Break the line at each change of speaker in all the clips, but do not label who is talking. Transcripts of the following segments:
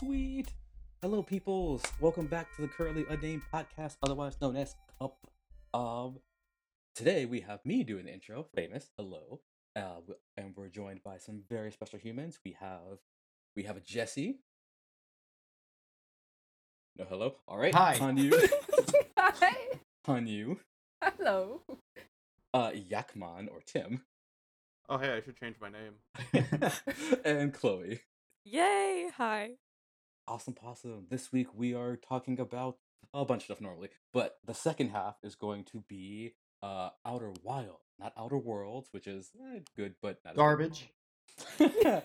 Sweet. Hello, peoples. Welcome back to the currently unnamed podcast, otherwise known as Cup of. Today we have me doing the intro, famous. Hello, uh, w- and we're joined by some very special humans. We have, we have a Jesse. No, hello. All right.
Hi.
On you.
Hi.
on you.
Hello.
Uh, Yakman or Tim,
Oh hey, I should change my name.
and Chloe.
Yay. Hi.
Awesome Possum. This week we are talking about a bunch of stuff normally, but the second half is going to be uh Outer Wild, not Outer Worlds, which is eh, good but not as good.
Garbage.
Eh,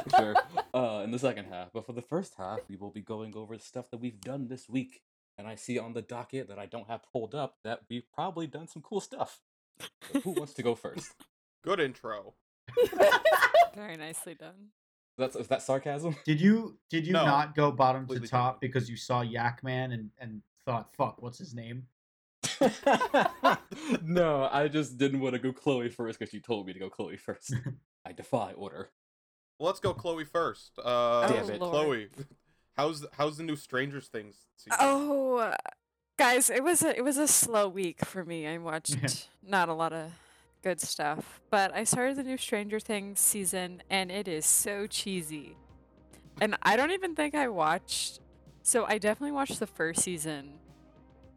for sure. Uh, in the second half, but for the first half, we will be going over stuff that we've done this week. And I see on the docket that I don't have pulled up that we've probably done some cool stuff. So who wants to go first?
Good intro.
Very nicely done.
That's is that sarcasm?
Did you did you
No.
not go bottom to
Completely
top
different.
because you saw Yak Man and and thought, fuck, what's his name?
no, I just didn't want to go Chloe first because she told me to go Chloe first. I defy order.
Well, let's go Chloe first. Uh
Oh, Damn it.
Chloe. How's how's the new Strangers Things season?
Oh, uh, guys, it was a it was a slow week for me. I watched not a lot of good stuff, but I started the new Stranger Things season, and it is so cheesy. And I don't even think I watched. So I definitely watched the first season.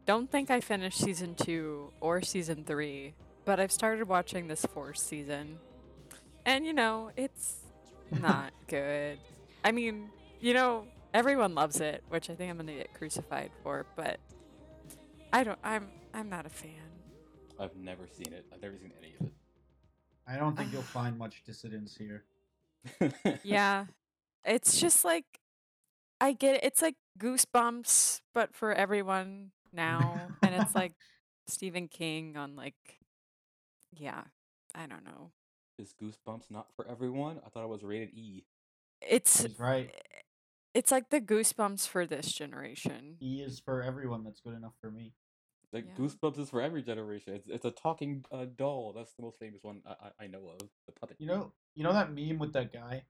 Don't think I finished season two or season three, but I've started watching this fourth season, and you know it's not good. I mean, you know, everyone loves it, which I think I'm gonna get crucified for, but I don't I'm I'm not a fan.
I've never seen it. I've never seen any of
I don't think you'll find much dissidence here.
it.
Yeah. It's just like I get it. It's like goosebumps, but for everyone now. and it's like Stephen King on like yeah, I don't know.
Is Goosebumps not for everyone? I thought it was rated E.
It's eh,
He's right.
it's like the goosebumps for this generation.
E is for everyone. That's good enough for me.
Like
Yeah.
Goosebumps is for every generation. It's, it's a talking uh, doll. That's the most famous one I, I, I know of. The puppet.
You know, you know that meme with that guy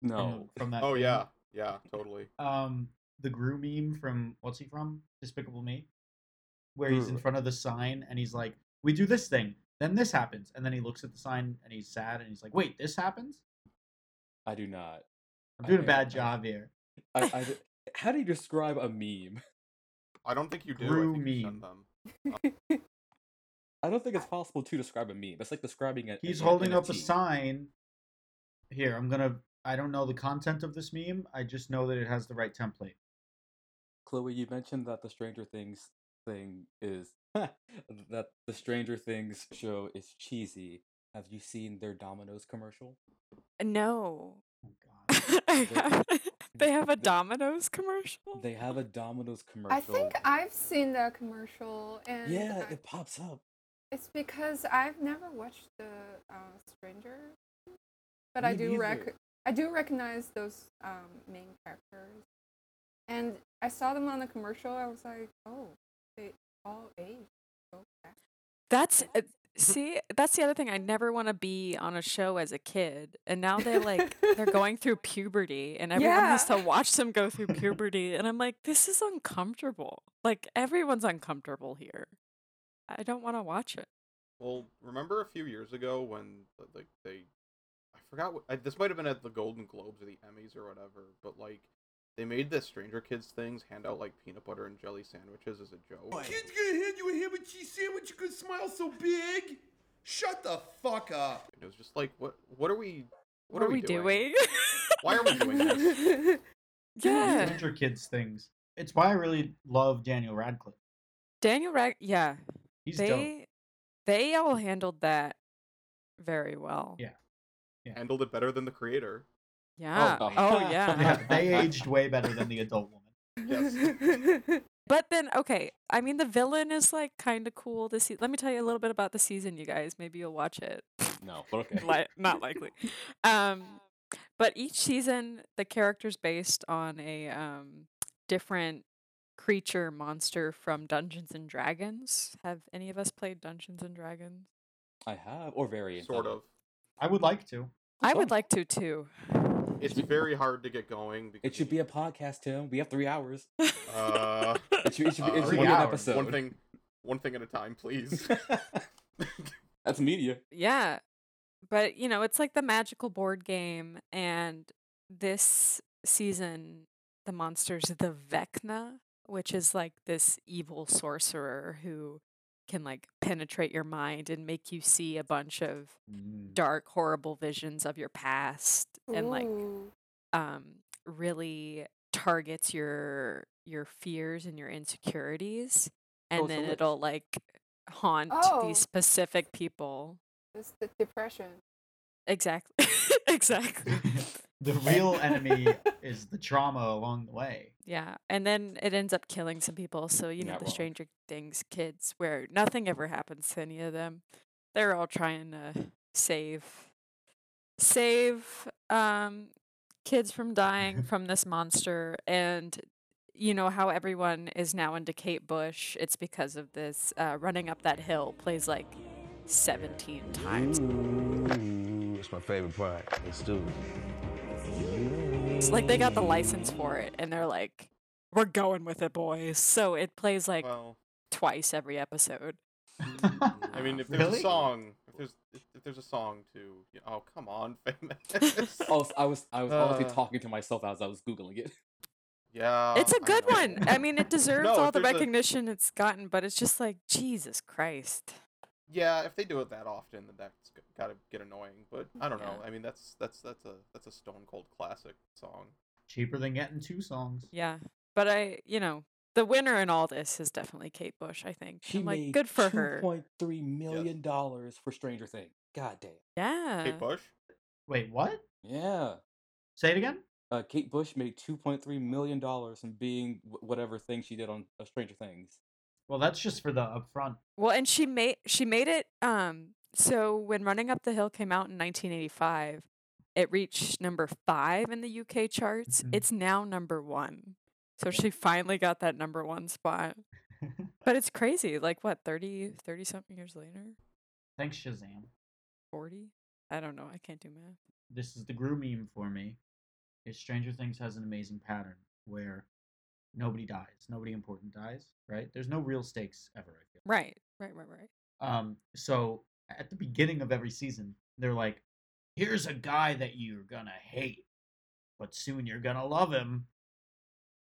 from,
No.
the- from that.
Oh
thing?
yeah. Yeah, totally.
Um, the Gru meme from what's he from? Despicable Me, where he's in
Gru.
front of the sign and he's like, "We do this thing, then this happens," and then he looks at the sign and he's sad and he's like, "Wait, this happens?
I do not.
I'm doing a
I-
bad
I-
job here."
I, I, how do you describe a meme?
I don't think you do.
Grew
I think you
meme.
sent them.
I don't think it's possible to describe a meme. It's like describing it.
He's holding up a sign. Here, I'm gonna. I don't know the content of this meme. I just know that it has the right template.
Chloe, you mentioned that the Stranger Things thing is that the Stranger Things show is cheesy. Have you seen their Domino's commercial?
No.
Oh God.
I have- they have a
Th-
Domino's commercial?
They have a Domino's commercial.
I think I've seen the commercial, and
yeah,
I-
it pops up.
it's because I've never watched the uh, Stranger, but I
Me
do rec-
neither.
I do recognize those um, main characters, and I saw them on the commercial. I was like, oh, they all age. so fast.
That's uh, see, that's the other thing. I never want to be on a show as a kid, and now they're like they're going through puberty, and everyone has to
Yeah.
watch them go through puberty, and I'm like, this is uncomfortable. Like everyone's uncomfortable here. I don't want to watch it.
Well, remember a few years ago when like they I forgot what I, this might have been at the Golden Globes or the Emmys or whatever, but like they made the Stranger Kids things hand out like peanut butter and jelly sandwiches as a joke.
Kid's gonna hand you a ham and cheese sandwich. You could smile so big. Shut the fuck up.
It was just like what what are we
What, are we doing?
Why are we doing this?
yeah,
Stranger kids things. It's why I really love Daniel Radcliffe.
Daniel Rag. Yeah,
He's dope.
they they all handled that very well.
Yeah.
Handled it better than the creator.
Yeah.
no.
oh yeah.
Yeah, they aged way better than the adult woman.
Yes.
But then, okay, I mean, the villain is like kind of cool this season. Let me tell you a little bit about the season, you guys. Maybe you'll watch it.
No, but okay.
Li- not likely. Um, but each season, the character's based on a um, different creature monster from Dungeons and Dragons. Have any of us played Dungeons and Dragons?
I have or variant.
Sort of.
I would like to.
I would
fun.
like to too.
It's very hard to get going. Because
It should be a podcast, Tim. We have three hours.
Uh,
It should, it should, be,
Uh,
it should be
three
an
hours.
episode.
One thing, one thing at a time, please.
That's media.
Yeah. But, you know, it's like the magical board game. And this season, the monster's the Vecna, which is like this evil sorcerer who can like penetrate your mind and make you see a bunch of dark, horrible visions of your past and like
Ooh.
um, really targets your your fears and your insecurities, and
Oh, so
then
it's-
it'll like haunt
Oh.
these specific people.
It's the depression.
Exactly, exactly.
the real enemy is the trauma along the way.
Yeah, and then it ends up killing some people. So you know
Not
the
wrong.
Stranger Things kids, where nothing ever happens to any of them. They're all trying to save save um kids from dying from this monster and you know how everyone is now into Kate Bush. It's because of this uh, running up that hill plays like 17 times.
Ooh, It's my favorite part. Let's do
It's like they got the license for it and they're like we're going with it boys. So it plays like
well,
twice every episode.
I mean, if there's
Really?
a song, if there's if, if there's a song to, you oh come on, famous.
Oh, I was I was honestly
Uh.
talking to myself as I was googling it.
yeah,
It's a
Oh, I
good
know.
one. I mean, it deserves
No,
all
if
the
there's a-
recognition it's gotten, but it's just like Jesus Christ.
Yeah, if they do it that often, then that's g- gotta get annoying. But I don't know. I mean, that's that's that's a that's a stone cold classic song.
Cheaper than getting two songs.
Yeah, but I, you know, the winner in all this is definitely Kate Bush. I think
She
I'm
made
like good for her.
Two point three million dollars for Stranger Things. God damn.
Yeah,
Kate Bush.
Wait, what?
Yeah.
Say it again?
Uh, Kate Bush made two point three million dollars from being wh- whatever thing she did on uh, Stranger Things.
Well, that's just for the upfront.
well, and she made she made it. Um, so when Running Up the Hill came out in 1985, it reached number five in the UK charts.
Mm-hmm.
Mhm.
It's now number one. So she finally got that number one spot. But it's crazy. Like what, 30, 30 something years later?
Thanks, Shazam.
40? I don't know. I can't do math.
This is the Gru meme for me. Is Stranger Things has an amazing pattern where nobody dies, nobody important dies, right? There's no real stakes ever. I feel.
Right, right, right, right.
Um, so at the beginning of every season, they're like, "Here's a guy that you're gonna hate, but soon you're gonna love him."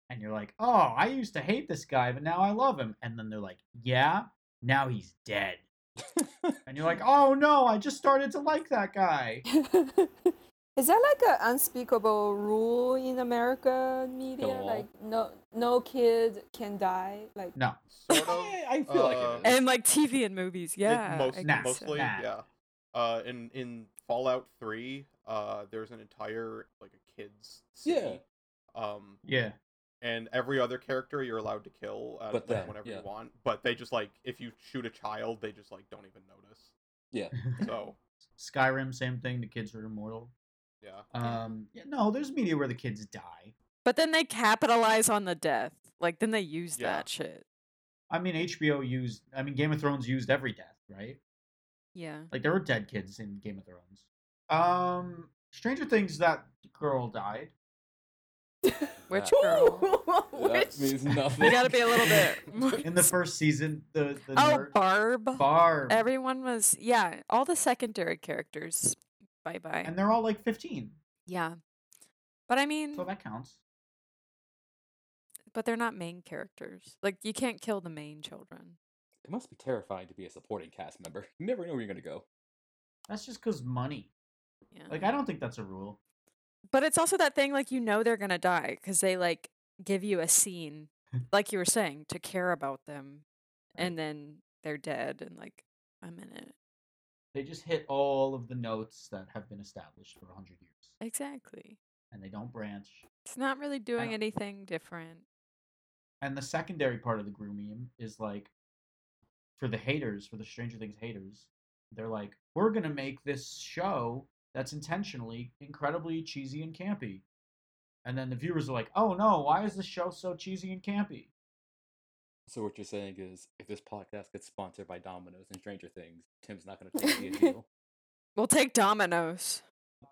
And you're like, "Oh, I used to hate this guy, but now I love him." And then they're like, "Yeah, now he's dead." And you're like, "Oh no, I just started to like that guy."
Is that like an unspeakable rule in America media?
law?
Like no, no kid can die. Like
No,
Sort of.
I, I feel like
uh,
it. is.
And like TV and movies,
It-
yeah. I
most,
guess so.
mostly,
Nah.
yeah. Uh, in in Fallout Three, uh, there's an entire like a kids city. Um,
yeah,
and every other character you're allowed to kill at
But
like,
them,
whenever
yeah.
you want, but they just like if you shoot a child, they just like don't even notice. So
Skyrim, same thing. The kids are immortal.
yeah,
Um, yeah, no, there's media where the kids die.
But then they capitalize on the death. Like then they use
Yeah.
that shit.
I mean, HBO used. I mean, Game of Thrones used every death, right?
Yeah.
Like there were dead kids in Game of Thrones. Um, Stranger Things that girl died.
Which
That-
girl?
Uh, That means nothing.
You gotta be a little bit. more-
In the first season, the the
oh,
nerd-
Barb.
Barb.
Everyone was yeah. All the secondary characters. Bye bye.
and they're all like 15.
yeah. But I mean,
So that counts.
but they're not main characters. Like you can't kill the main children.
It must be terrifying to be a supporting cast member. You never know where you're gonna go.
That's just cuz money.
Yeah.
Like I don't think that's a rule.
But it's also that thing like you know they're gonna die because they like give you a scene, like you were saying, to care about them, and then they're dead in like a minute.
They just hit all of the notes that have been established for 100 years
Exactly.
and they don't branch.
It's not really
don't-
doing anything different.
And the secondary part of the Gru meme is like for the haters, for the Stranger Things haters, they're like, we're gonna make this show that's intentionally incredibly cheesy and campy. And then the viewers are like, oh no, why is this show so cheesy and campy?
So what you're saying is, if this podcast gets sponsored by Domino's and Stranger Things, Tim's not gonna take the deal.
We'll take Domino's.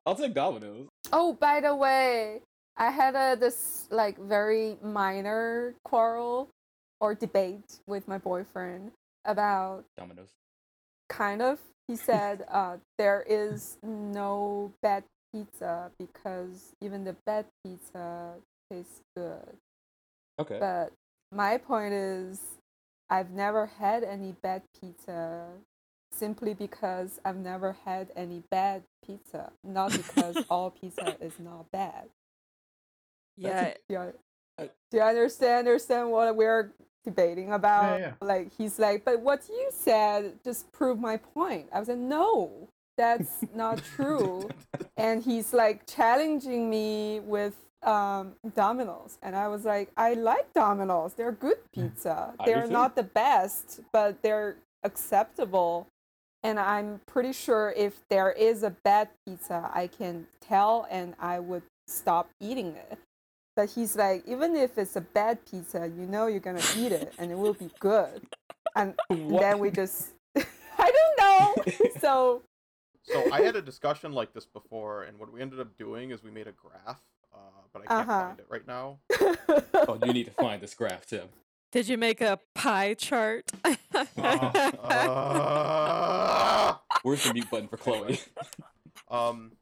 I'll take Domino's.
Oh, by the way, I had a this like very minor quarrel or debate with my boyfriend about
Domino's.
kind of. He said uh, there is no bad pizza because even the bad pizza tastes good.
Okay.
But my point is, I've never had any bad pizza simply because I've never had any bad pizza, not because all pizza is not bad.
Yeah,
Do you,
I-
do you understand understand what we're debating about?
yeah.
Like he's like, but what you said just proved my point. I was like, no, that's not true. and he's like challenging me with um Domino's, and I was like, I like Domino's. They're good pizza.
Hmm. I do
They're
too.
not the best, but they're acceptable. And I'm pretty sure if there is a bad pizza, I can tell, and I would stop eating it. But he's like, even if it's a bad pizza, you know you're gonna eat it, and it will be good. And, and
What?
then we just, I don't know. So
So I had a discussion like this before, and what we ended up doing is we made a graph, uh, but I can't
Uh-huh.
find it right now.
Oh, you need to find this graph, Tim.
Did you make a pie chart?
Uh-huh. Ah.
Where's the mute button for Chloe?
um,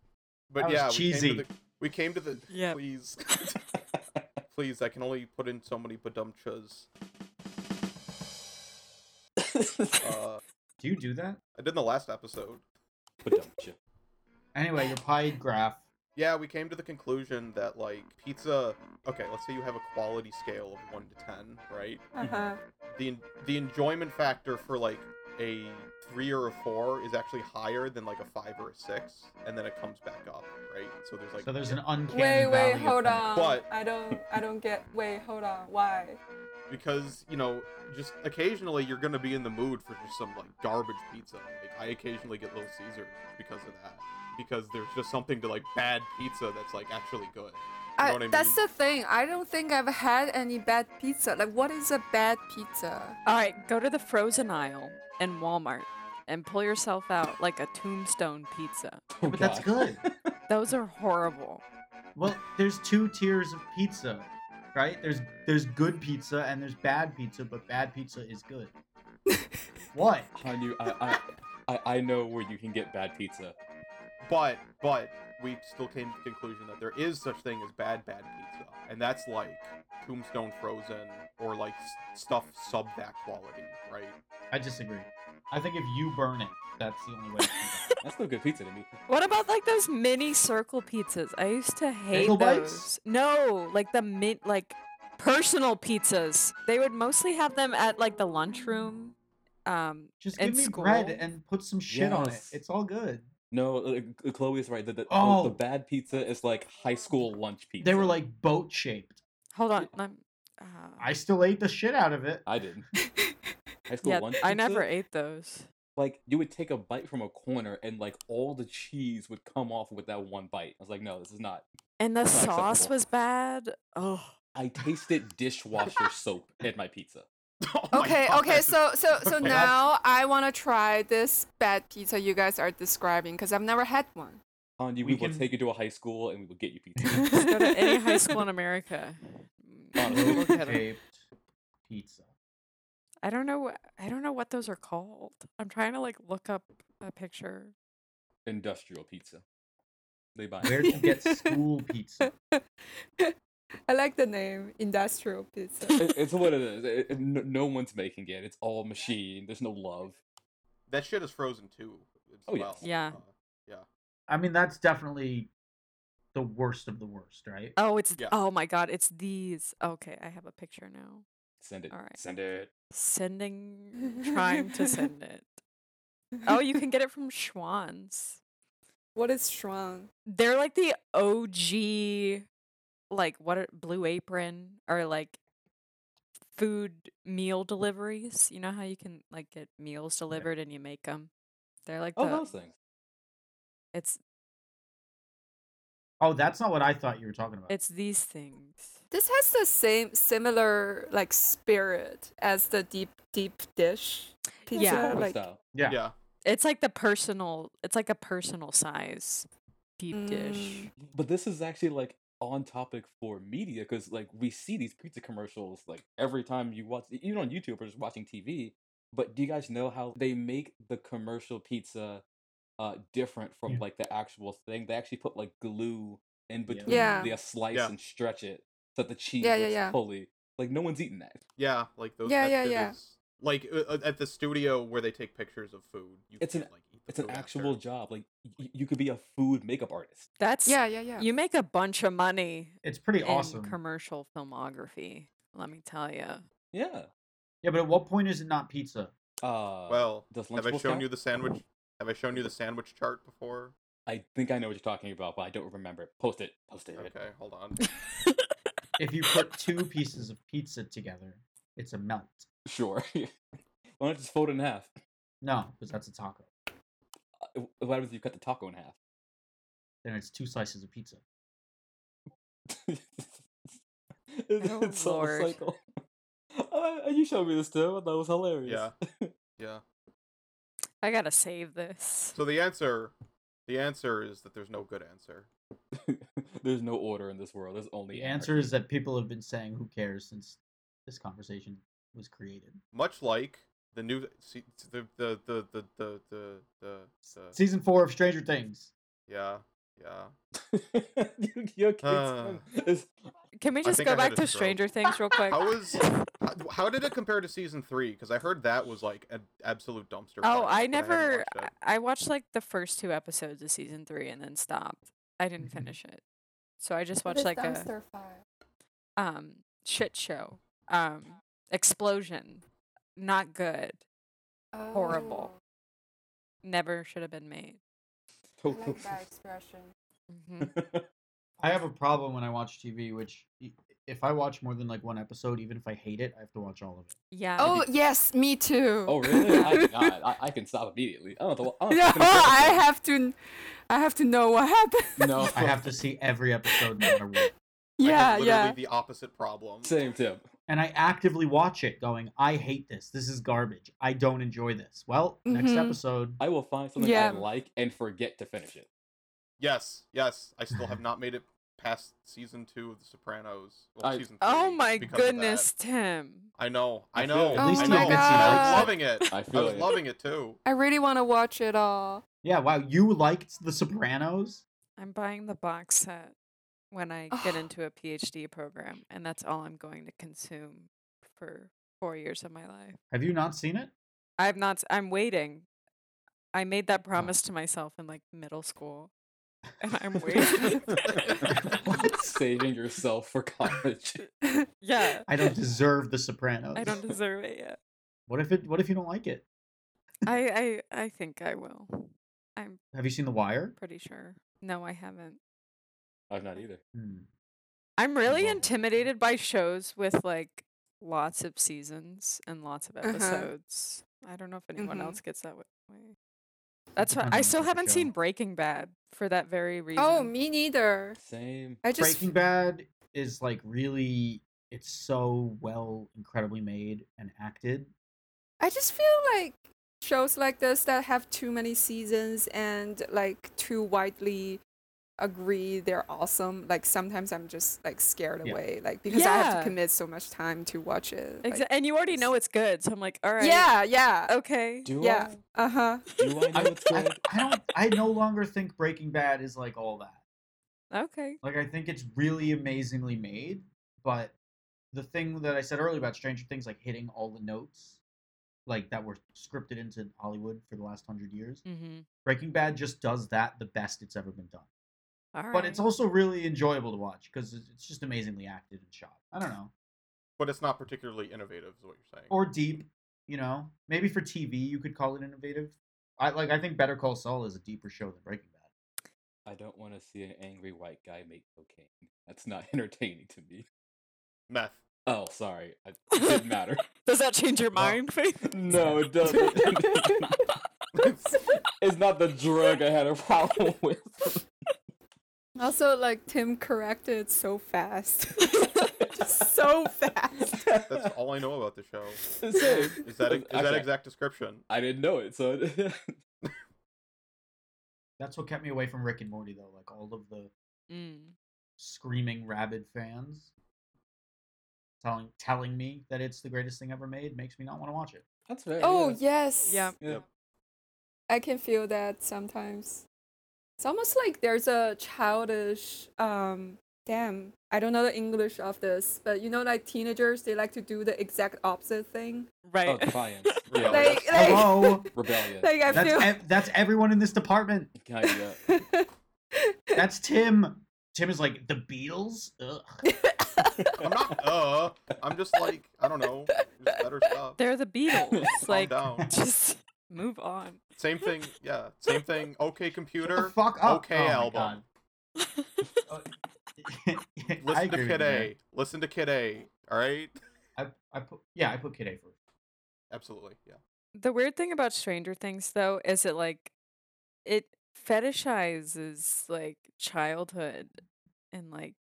but
That was
yeah,
cheesy.
We came to the, we came to the
Yep.
please, please. I can only put in so many badumchas. Uh,
Do you do that?
I did in the last episode.
Badumcha.
Anyway, your pie graph.
Yeah, we came to the conclusion that like pizza. Okay, let's say you have a quality scale of one to ten, right?
uh-huh.
the the enjoyment factor for like a three or a four is actually higher than like a five or a six, and then it comes back up, right? So there's like
So there's an uncanny
wait, wait,
valley
hold
effect.
on.
What?
I don't, I don't get. Wait, hold on. Why?
because you know just occasionally you're gonna be in the mood for just some like garbage pizza. Like I occasionally get Little Caesars because of that, because there's just something to like bad pizza that's like actually good. You know what I
that's
mean?
the thing. I don't think I've had any bad pizza. Like, what is a bad pizza?
All right, go to the frozen aisle in Walmart and pull yourself out like a tombstone pizza.
Oh,
But that's
God.
good.
Those are horrible.
Well, there's two tiers of pizza, right? There's there's good pizza and there's bad pizza, but bad pizza is good. what?
I knew. I, I, I, I know where you can get bad pizza.
But but we still came to the conclusion that there is such thing as bad bad pizza, and that's like Tombstone Frozen or like s- stuff sub that quality, right?
I disagree. I think if you burn it, that's the only way. to do that.
That's still good pizza to me.
What about like those mini circle pizzas? I used to hate
Bagel
those.
bites?
No, like the mint, like personal pizzas. They would mostly have them at like the lunchroom. Um,
Just
In
give me bread
school?
and put some shit on it.
Yes.
It's all good.
No, uh, Chloe is right. The, the, the-
Oh.
the bad pizza is like high school lunch pizza.
They were like boat shaped.
hold on. I'm, uh,
I still ate the shit out of it.
I didn't. High school
yeah,
lunch
I
pizza?
never ate those.
Like, you would take a bite from a corner and, like, all the cheese would come off with that one bite. I was like, no, this is not.
And the
Not
sauce
acceptable.
was bad. Oh,
I tasted dishwasher soap in my pizza.
Oh my
Okay,
God,
okay.
that's
So, so, so
Okay.
now I want to try this bad pizza you guys are describing because I've never had one.
On you, we,
We
will
can-
take you to a high school and we will get you pizza.
Just go to any high school in America.
Honestly.
Look at 'em.
shaped pizza.
I don't know. wh- I don't know what those are called. I'm trying to like look up a picture.
Industrial pizza. They buy.
Where'd you get school pizza?
I like the name industrial pizza.
It- it's what it is. It- it- no, no one's making it. It's all machine. There's no love.
That shit is frozen too. As
Oh, yeah.
well.
Yeah.
Uh, yeah.
I mean, that's definitely the worst of the worst, right?
Oh, it's
Yeah.
oh my god, it's these. Okay, I have a picture now.
Send it.
All right.
Send it.
Sending, trying to send it. Oh, you can get it from Schwann's.
What is Schwan?
They're like the OG, like what are, Blue Apron or like food meal deliveries. You know how you can like get meals delivered and you make them. They're like
Oh,
the
those things.
it's
Oh, that's not what I thought you were talking about.
it's these things.
This has the same similar like spirit as the deep deep dish pizza.
Yeah.
like
Style.
yeah.
Yeah.
It's like the personal. It's like a personal size deep dish.
But this is actually like on topic for media because like we see these pizza commercials like every time you watch e, even on YouTube or just watching TV. But do you guys know how they make the commercial pizza uh different from
Yeah.
like the actual thing? They actually put like glue in between
Yeah.
the uh, slice
Yeah.
and stretch it so that the cheese
Yeah,
yeah,
yeah, yeah.
fully like no one's eating that.
Yeah, like those.
Yeah,
that
yeah,
shit
yeah.
is- Like uh, uh, at the studio where they take pictures of food. You
It's an-
can't, like, eat the
It's an
food after.
actual job. Like y- you could be a food makeup artist.
That's
Yeah, yeah, yeah.
You make a bunch of money
It's pretty
in
awesome.
commercial filmography. Let me tell you.
Yeah.
yeah, but at what point is it not pizza?
Uh,
Well,
does
have I
Lunchables
shown
count?
you the sandwich? Have I shown you the sandwich chart before?
I think I know what you're talking about, but I don't remember. it. Post it. Post it.
Okay, hold on.
If you put two pieces of pizza together, it's a melt.
Sure. Why not just fold it in half?
No, because that's a taco.
Uh, w- What happens if you cut the taco in half?
Then it's two slices of pizza.
it's
Oh,
it's all a
Lord.
cycle. Uh, you showed me this too. I thought it was hilarious.
Yeah. Yeah.
I gotta save this.
So the answer, the answer is that there's no good answer.
There's no order in this world. There's only
The answer is that people have been saying "Who cares?" since this conversation was created.
Much like the new see, the the the the the the, the, the
Season four of Stranger Things.
yeah yeah.
anarchy. you, you can't
Uh.
swim. It's-
Can we just
think I
go
had
back
a
to
stroke.
Stranger Things real quick? Oh,
How was how, how did it compare to season three? Because I heard that was like an absolute dumpster.
Oh,
fire,
I
but haven't
never.
watched
I,
it.
I watched like the first two episodes of season three and then stopped. I
Mm-hmm.
didn't
Mhm.
finish it, so I just
What
watched
is
like a
dumpster fire?
um shit show, um explosion, not good, Horrible.
Oh,
never should have been made.
I like that expression.
hmm
I have a problem when I watch TV, which i- if I watch more than like one episode, even if I hate it, I have to watch all of it.
Yeah.
Oh yes, me too.
oh, really? I, do not. I, I can stop immediately. I don't know. I, don't
No,
have to finish
I
everything.
have to, I have to know what happened.
No,
I have to see every episode no matter what,
I
yeah,
have literally
yeah.
The opposite problem.
Same tip.
and I actively watch it, going, "I hate this. This is garbage. I don't enjoy this." Well,
Mm-hmm.
next
Mhm.
episode.
I will find something
Yeah.
I like and forget to finish it.
Yes, yes. I still have not made it past season two of The Sopranos. Well,
I-
season
Oh
three
my
because of that.
goodness, Oh Tim.
I know,
I
I
feel
know.
it.
At least
I
you
know.
have been
I
seen it.
was loving it.
I
I
feel
was
it.
loving it too.
I really want to watch it all.
Yeah, wow, you liked The Sopranos?
I'm buying the box set when I get
Oh.
into a PhD program, and that's all I'm going to consume for four years of my life.
Have you not seen it?
I've not. s- I'm waiting. I made that promise to myself in like middle school, and I'm waiting.
Saving yourself for college.
yeah,
I don't deserve The Sopranos.
I don't deserve it yet.
What if it? What if you don't like it?
I I I think I will. I'm
Have you seen The Wire?
pretty sure. No, I haven't.
I've not either.
Hmm.
I'm really
Well-
intimidated by shows with like lots of seasons and lots of
Uh-huh.
episodes. I don't know if anyone
Mhm.
else gets that wa- way. That's why
depends on
I
the
still
type of
haven't seen
show.
Breaking Bad for that very reason.
Oh, me neither.
Same.
I just
Breaking Bad is like really it's so well incredibly made and acted.
I just feel like shows like this that have too many seasons and like too widely agree they're awesome. Like sometimes I'm just like scared
Yeah.
away, like because I have
Yeah.
to commit so much time to watch it. like-
Exa- and you already know it's good, so I'm like, all right,
Yeah, yeah.
okay.
Do
Yeah.
I?
Uh huh.
Do I know
I,
it's
I,
good?
I don't I no longer think Breaking Bad is like all that.
Okay.
Like I think it's really amazingly made, but the thing that I said earlier about Stranger Things like hitting all the notes like that were scripted into Hollywood for the last 100 years.
Mm-hmm.
Breaking Bad just does that the best it's ever been done.
All right.
But it's also really enjoyable to watch because it's just amazingly acted and shot. I don't know.
But it's not particularly innovative, is what you're saying.
or deep. You know, maybe for TV you could call it innovative. I like. I think Better Call Saul is a deeper show than Breaking Bad.
I don't want to see an angry white guy make cocaine. That's not entertaining to me.
Meth.
Oh, sorry. I- It didn't matter.
Does that change your
Well-
mind, Faith?
no, it doesn't. it's not the drug I had a problem with.
Also, like Tim corrected so fast, just so fast.
That's all I know about the show.
Same.
Is that is that
Actually,
exact description?
I didn't know it, so
That's what kept me away from Rick and Morty though, like all of the
Mm.
screaming rabid fans telling telling me that it's the greatest thing ever made makes me not want to watch it.
That's fair.
Oh
yeah.
yes.
Yeah.
Yep.
I can feel that sometimes. It's almost like there's a childish um damn. I don't know the English of this, but you know like teenagers they like to do the exact opposite thing.
Right.
Oh, defiance.
Yeah,
Rebellion.
like like,
Oh,
Hello,
Rebellion.
like I
that's
feel
ev- that's everyone in this department.
Kind of, yeah.
That's Tim. Tim is like the Beatles. Ugh.
I'm not. Uh, I'm just like I don't know. There's better stuff.
They're the Beatles.
Calm
like,
down.
just move on.
Same thing. Yeah. Same thing. Okay,
The
computer.
fuck up.
Okay,
oh my
album.
God. I
Listen to
agree with
Kid
you,
A. Listen to Kid A. All right.
man. I, I put yeah, I put Kid A first.
Absolutely. Yeah.
The weird thing about Stranger Things, though, is it like it fetishizes like childhood and like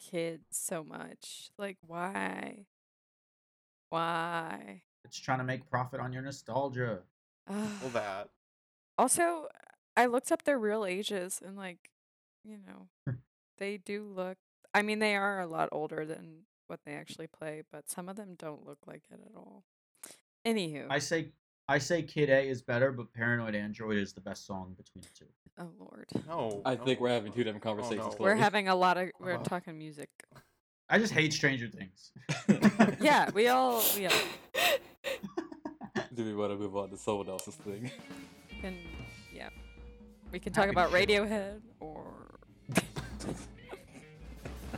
kids so much. Like, why? Why?
It's trying to make profit on your nostalgia.
Ugh.
Well, that.
Also, I looked up their real ages and like, you
Hmm.
know, they do look I mean, they are a lot older than what they actually play, but some of them don't look like it at all. Anywho,
I say I say Kid A is better, but Paranoid Android is the best song between the two.
oh lord.
No.
I think
no,
we're having
Oh,
two
no.
different conversations.
no.
We're
clearly.
having a lot of we're
Wow.
talking music.
I just hate Stranger Things.
Yeah, we all we all
Do we want to move on to someone else's thing?
can yeah. We can
Happy
talk
to
about
share.
Radiohead or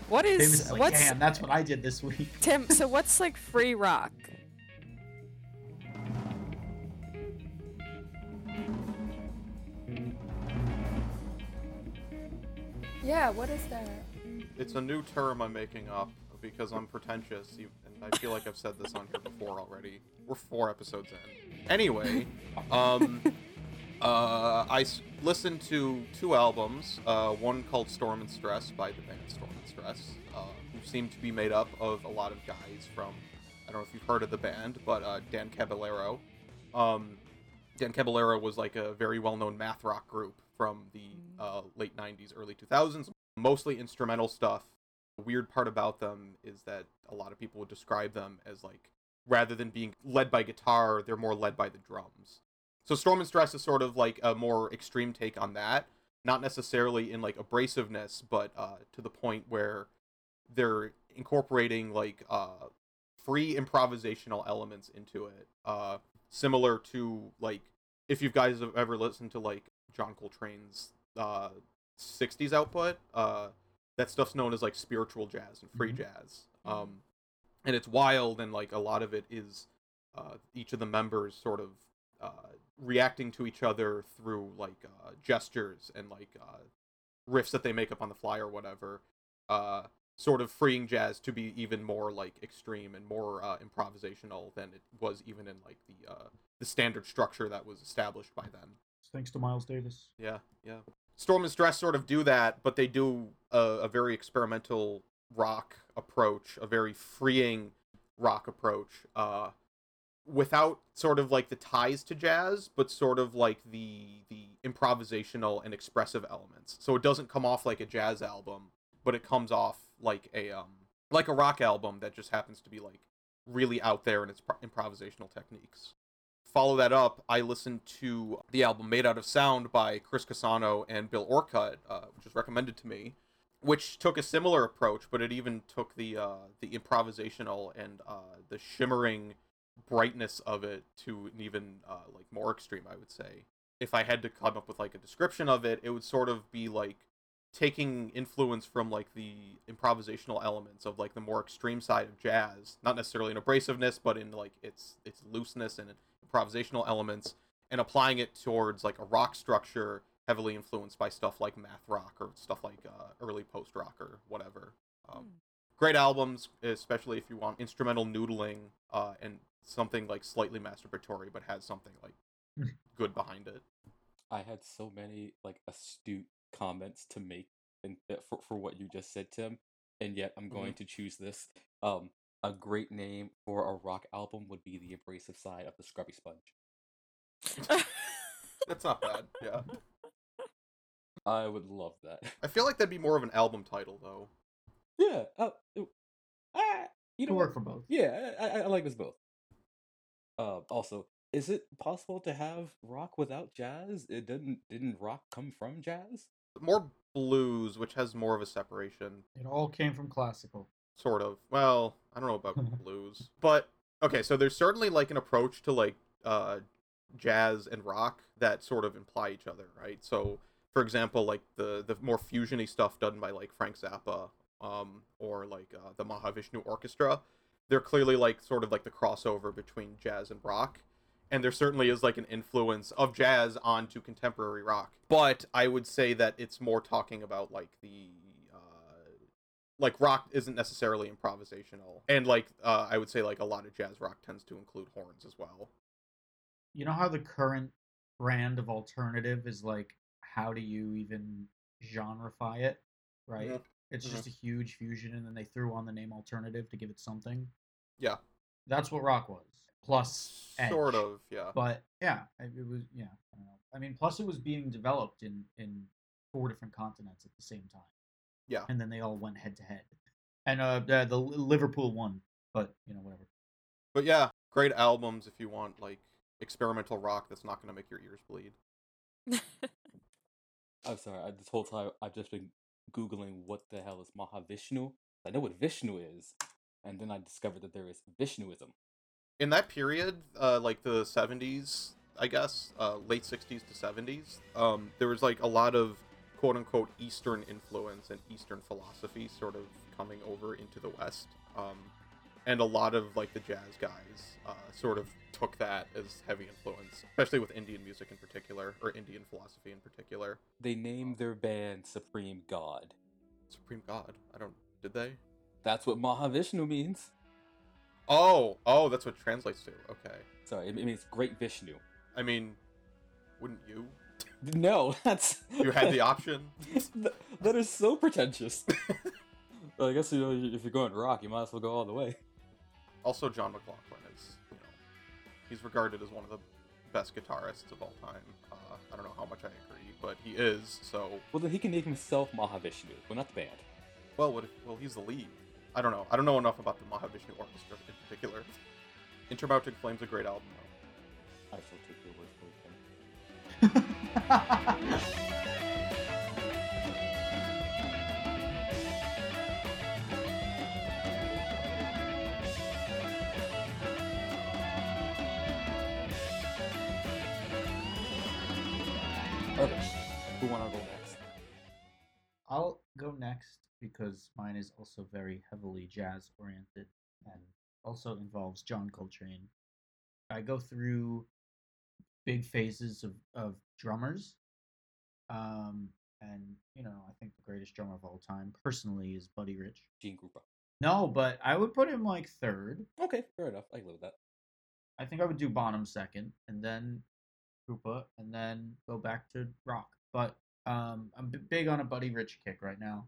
What
Tim
is
is like,
what's
damn, that's what I did this week.
Tim, so what's like free rock?
Yeah, what is that?
It's a new term I'm making up because I'm pretentious, you- and I feel like I've said this on here before already. We're four episodes in. Anyway, um, uh, I s- listened to two albums. Uh, one called Storm and Stress by the band Storm and Stress, uh, who seem to be made up of a lot of guys from. I don't know if you've heard of the band, but uh, Dan Caballero. Um, Dan Caballero was like a very well-known math rock group from the uh, late '90s, early 2000s. Mostly instrumental stuff. The weird part about them is that a lot of people would describe them as like, rather than being led by guitar, they're more led by the drums. So Storm and Stress is sort of like a more extreme take on that, not necessarily in like abrasiveness, but uh, to the point where they're incorporating like uh, free improvisational elements into it, uh, similar to like if you guys have ever listened to like John Coltrane's uh, '60s output, uh, that stuff's known as like spiritual jazz and free
Mhm.
jazz, um, and it's wild and like a lot of it is uh, each of the members sort of uh, reacting to each other through like uh, gestures and like uh, riffs that they make up on the fly or whatever. Uh, sort of freeing jazz to be even more like extreme and more uh, improvisational than it was even in like the uh, the standard structure that was established by then.
Thanks to Miles Davis.
Yeah, yeah. Storm and Stress sort of do that, but they do a, a very experimental rock approach, a very freeing rock approach, uh, without sort of like the ties to jazz, but sort of like the the improvisational and expressive elements. So it doesn't come off like a jazz album, but it comes off like a um like a rock album that just happens to be like really out there in its pro- improvisational techniques follow that up, I listened to the album Made Out of Sound by Chris Cassano and Bill Orcutt, uh, which was recommended to me, which took a similar approach, but it even took the uh, the improvisational and uh, the shimmering brightness of it to an even uh, like more extreme, I would say. If I had to come up with like a description of it, it would sort of be like taking influence from like the improvisational elements of like the more extreme side of jazz, not necessarily in abrasiveness, but in like its its looseness and improvisational elements and applying it towards like a rock structure heavily influenced by stuff like math rock or stuff like uh, early post rock or whatever um, great albums especially if you want instrumental noodling uh, and something like slightly masturbatory but has something like good behind it
I had so many like astute comments to make and uh, for for what you just said, Tim, and yet I'm
Mhm.
going to choose this. Um, a great name for a rock album would be the abrasive side of the Scrubby Sponge.
that's not bad yeah
I would love that.
I feel like that'd be more of an album title though.
yeah. Uh, it- ah, you know
Could
what?
work for both.
Yeah, I, I, I like this both. Uh, also, is it possible to have rock without jazz? It didn't didn't rock come from jazz?
More blues, which has more of a separation,
It all came from classical.
sort of. Well, I don't know about blues, but okay. So there's certainly like an approach to like uh, jazz and rock that sort of imply each other, right? So, for example, like the the more fusiony stuff done by like Frank Zappa, um, or like uh, the Mahavishnu Orchestra, they're clearly like sort of like the crossover between jazz and rock. And there certainly is like an influence of jazz onto contemporary rock, but I would say that it's more talking about like the uh, like rock isn't necessarily improvisational and like uh, i would say like a lot of jazz rock tends to include horns as well
You know how the current brand of alternative is like, how do you even genreify it? Right?
Mhm.
It's
Mhm.
just a huge fusion, and then they threw on the name alternative to give it something.
Yeah.
That's what rock was. Plus, edge.
sort of yeah
But yeah, I- it was yeah. I, don't know. I mean, plus it was being developed in in four different continents at the same time.
Yeah.
and then they all went head to head, and uh, the, the Li- Liverpool won. But you know, whatever.
but yeah great albums if you want like experimental rock that's not going to make your ears bleed
I'm sorry. I, this whole time I've just been googling what the hell is Mahavishnu. I know what Vishnu is, and then I discovered that there is Vishnuism.
in that period uh, like the 70s i guess uh, late 60s to 70s um, there was like a lot of quote unquote eastern influence and eastern philosophy sort of coming over into the west um, and a lot of like the jazz guys uh, sort of took that as heavy influence especially with indian music in particular or indian philosophy in particular
They named their band Supreme God.
supreme god i don't did they
That's what Mahavishnu means.
oh oh that's what translates to okay
Sorry, it, it means Great Vishnu.
i mean wouldn't you
No, that's
you had the option
Th- that is so pretentious. Well, I guess you know if you're going rock, you might as well go all the way.
Also, John McLaughlin is, you know, he's regarded as one of the best guitarists of all time. Uh, I don't know how much I agree, but he is. So,
Well, then he can name himself Mahavishnu, but not the band.
well, what? If, well, he's the lead. I don't know. I don't know enough about the Mahavishnu Orchestra in particular. Intermountain Flames a great album. though.
I shall take your word for it. then. Okay, who want to go next?
I'll go next because mine is also very heavily jazz oriented and also involves John Coltrane. I go through big phases of, of drummers. Um, and, you know, I think the greatest drummer of all time personally is Buddy Rich.
Gene Krupa.
No, but I would put him like third.
Okay, fair enough. I can live with that.
I think I would do Bonham second, and then Krupa, and then go back to rock. But um, I'm b- big on a Buddy Rich kick right now,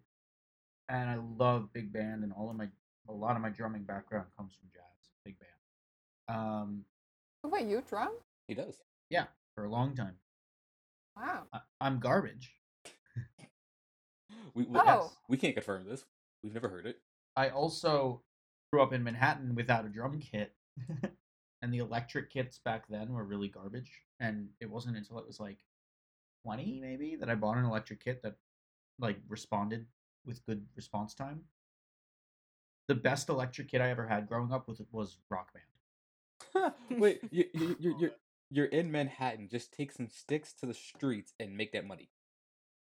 and I love big band, and all of my a lot of my drumming background comes from jazz, big band. Um,
Oh, Wait, you drum?
He does.
for a long time,
Wow.
I, I'm garbage.
We we,
Oh.
we can't confirm this. We've never heard it.
I also grew up in Manhattan without a drum kit. and the electric kits back then were really garbage. And it wasn't until it was like 20 maybe that I bought an electric kit that like responded with good response time. The best electric kit I ever had growing up with was Rock Band.
Wait, you, you, you're, you're, you're in Manhattan. Just take some sticks to the streets and make that money.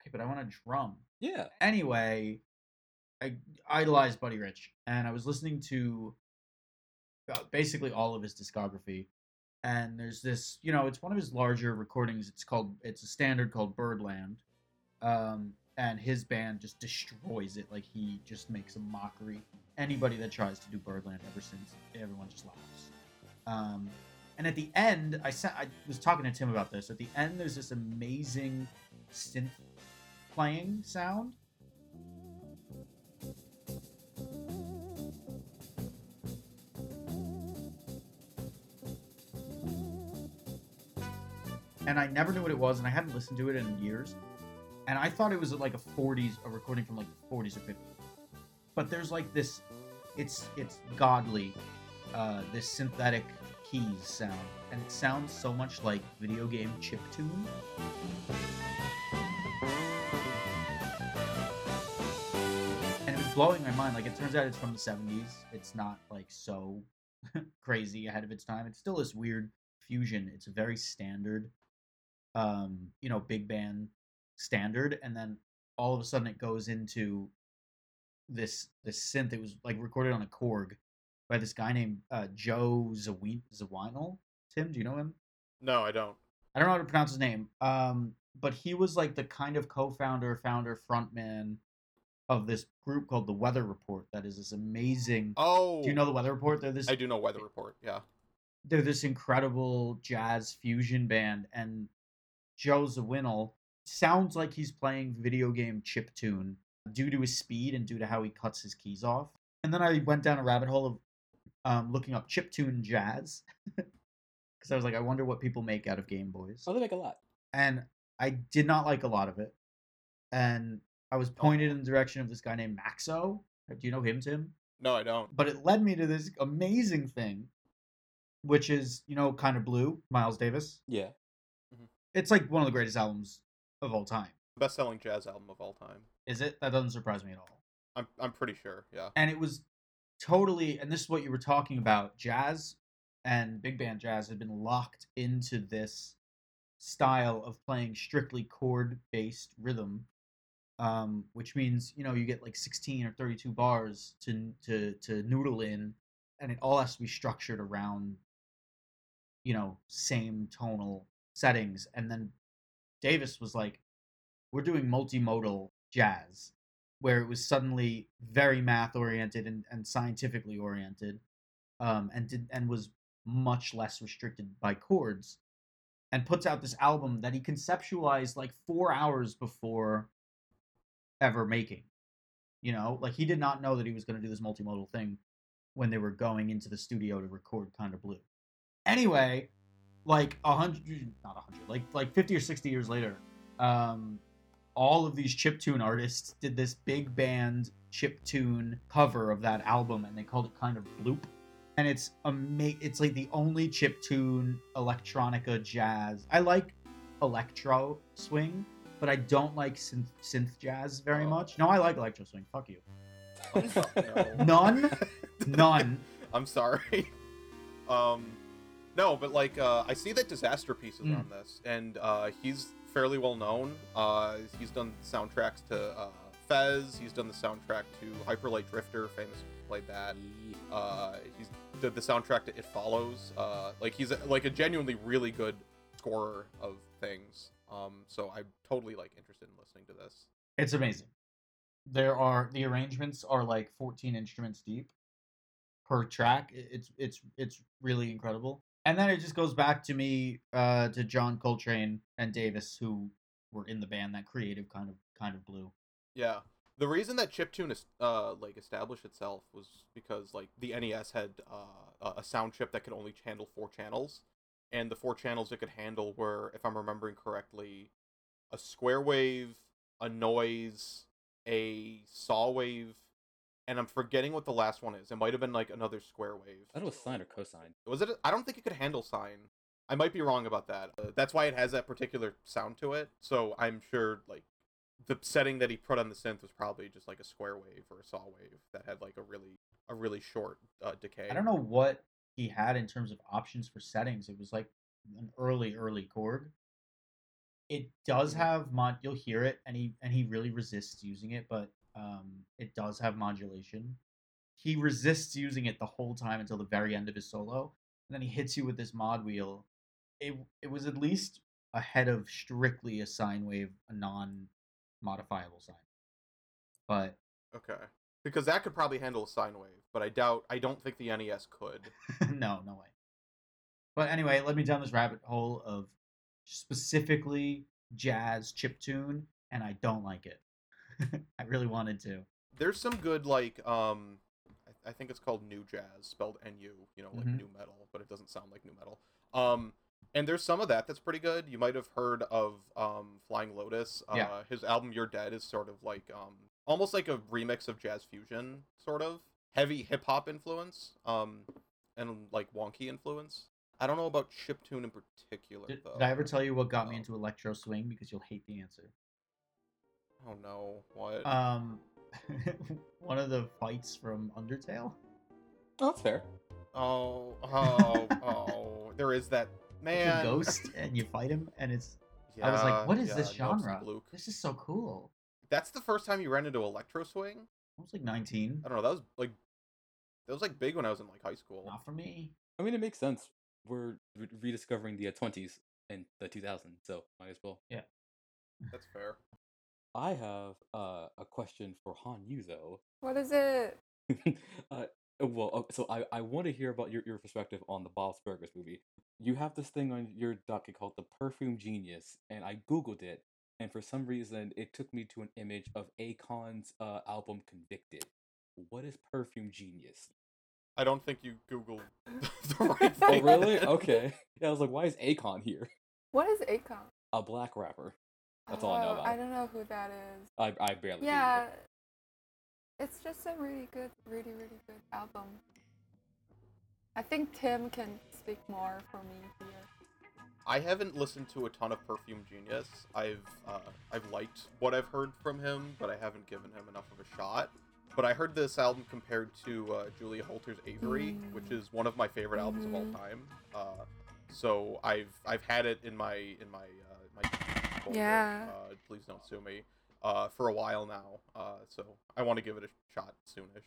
Okay, but I want a drum.
Yeah.
anyway, I idolized Buddy Rich, and I was listening to uh, basically all of his discography. And there's this, you know, it's one of his larger recordings. It's called, it's a standard called Birdland, um, and his band just destroys it. Like he just makes a mockery. Anybody that tries to do Birdland ever since, everyone just laughs. Um, and at the end, I sa- I was talking to Tim about this. At the end, there's this amazing synth playing sound. And I never knew what it was, and I hadn't listened to it in years. and I thought it was like a 40s, a recording from like the 40s or 50s. But there's like this, it's it's godly, uh, this synthetic keys sound, and it sounds so much like video game chip tune. And it was blowing my mind. Like it turns out it's from the 70s. It's not like so crazy ahead of its time. It's still this weird fusion. It's very standard, um, you know, big band standard, and then all of a sudden it goes into this this synth. It was like recorded on a Korg by this guy named uh, Joe Zawin- Zawinul. Tim, do you know him?
No, I don't.
I don't know how to pronounce his name. Um, but he was like the kind of co-founder, founder, frontman of this group called the Weather Report. That is this amazing.
Oh,
Do you know the Weather Report? They're this
I do know Weather Report. Yeah.
they're this incredible jazz fusion band, and Joe Zawinul sounds like he's playing video game chip tune due to his speed and due to how he cuts his keys off. And then I went down a rabbit hole of um, looking up chip tune jazz because I was like, I wonder what people make out of Game Boys
Oh, they make a lot.
and I did not like a lot of it. And I was pointed in the direction of this guy named Maxo. Do you know him, Tim?
No, I don't.
But it led me to this amazing thing, which is, you know, kind of blue, Miles Davis.
Yeah.
It's like one of the greatest albums of all time.
Best-selling jazz album of all time.
Is it? That doesn't surprise me at all.
I'm I'm pretty sure. Yeah.
and it was totally and this is what you were talking about jazz and big band jazz had been locked into this style of playing strictly chord based rhythm um, which means you know you get like 16 or 32 bars to to to noodle in and it all has to be structured around you know same tonal settings and then davis was like we're doing multimodal jazz where it was suddenly very math oriented and, and scientifically oriented um, and did and was much less restricted by chords and puts out this album that he conceptualized like four hours before ever making you know like he did not know that he was going to do this multimodal thing when they were going into the studio to record kind of blue anyway like a hundred not a hundred like like 50 or 60 years later um all of these chiptune artists did this big band chiptune cover of that album and they called it kind of bloop and it's ama- it's like the only chiptune electronica jazz i like electro swing but i don't like synth, synth jazz very much no i like electro swing fuck you None? none
I'm sorry. Um, no, but like uh, I see that Disaster Piece is
Mm.
on this, and uh, he's fairly well known. Uh, he's done soundtracks to uh, Fez. He's done the soundtrack to Hyperlight Drifter. Famous played that. Uh, he's did the soundtrack to It Follows. Uh, like he's like a genuinely really good scorer of things. Um, so I'm totally like interested in listening to this.
It's amazing. There are the arrangements are like 14 instruments deep per track. I- It's it's it's really incredible. And then it just goes back to me uh, to John Coltrane and Davis, who were in the band that creative kind of kind of blue.
Yeah. The reason that chiptune is uh like established itself was because like the NES had uh a- a sound chip that could only handle four channels and the four channels it could handle were if I'm remembering correctly a square wave, a noise, a saw wave, and I'm forgetting what the last one is. It might have been like another square
I thought
wave.
it was sine or cosine.
Was it? a- I don't think it could handle sine. I might be wrong about that. Uh, that's why it has that particular sound to it. So I'm sure like the setting that he put on the synth was probably just like a square wave or a saw wave that had like a really a really short uh, decay.
I don't know what he had in terms of options for settings. It was like an early, early chord. It does have mod. You'll hear it, and he and he really resists using it, but um, it does have modulation. He resists using it the whole time until the very end of his solo, and then he hits you with this mod wheel. It it was at least ahead of strictly a sine wave, a non-modifiable sine. But
Okay. Because that could probably handle a sine wave, but I doubt. I don't think the NES could.
no, no way. But anyway, it led me down this rabbit hole of specifically jazz chiptune, and I don't like it. I really wanted to.
There's some good like um, I, I think it's called new jazz, spelled N U. You know, like
Mhm.
new metal, but it doesn't sound like new metal. Um, And there's some of that that's pretty good. You might have heard of um, Flying Lotus. Uh,
Yeah.
His album You're Dead is sort of like um, almost like a remix of jazz fusion, sort of heavy hip hop influence, um, and like wonky influence. I don't know about chiptune in particular
Did,
though.
did I ever tell you what got me
Oh.
into electro swing? Because you'll hate the answer.
Oh no, what?
Um, one of the fights from Undertale.
Oh, that's fair.
oh, oh, oh! There is that
It's
man.
a ghost, and you fight him, and it's. I was like, "What is
Yeah,
this
yeah, Nobs
genre?
Luke.
This is so cool."
That's the first time you ran into electro swing.
I was like 19.
I don't know. That was like that was like big when I was in like high school.
Not for me.
I mean, it makes sense. We're re- rediscovering the uh, twenties and the 2000s, so might as well.
That's fair.
I have uh, a question for Han Yu though.
What is it?
uh, well, uh, so I, I want to hear about your, your perspective on the Bob's Burgers movie. You have this thing on your docket called the Perfume Genius, and I googled it, and for some reason it took me to an image of Akon's uh, album Convicted. What is Perfume Genius?
I don't think you Googled the right
Oh,
Oh,
thing.
really? okay. Yeah, I was like, why is Akon here?
What is Akon?
A black rapper. That's all I know
Oh,
about
I
it.
don't know who that is.
I, I barely. do either.
Yeah. It's just a really good, really, really good album. I think Tim can speak more for me here.
I haven't listened to a ton of Perfume Genius. I've uh, I've liked what I've heard from him, but I haven't given him enough of a shot. But I heard this album compared to uh, Julia Holter's Avery, which is one of my favorite albums of all time. Uh, so I've I've had it in my in my uh, my folder,
Yeah.
Uh, please don't sue me. Uh, for a while now, uh, so I want to give it a shot soonish.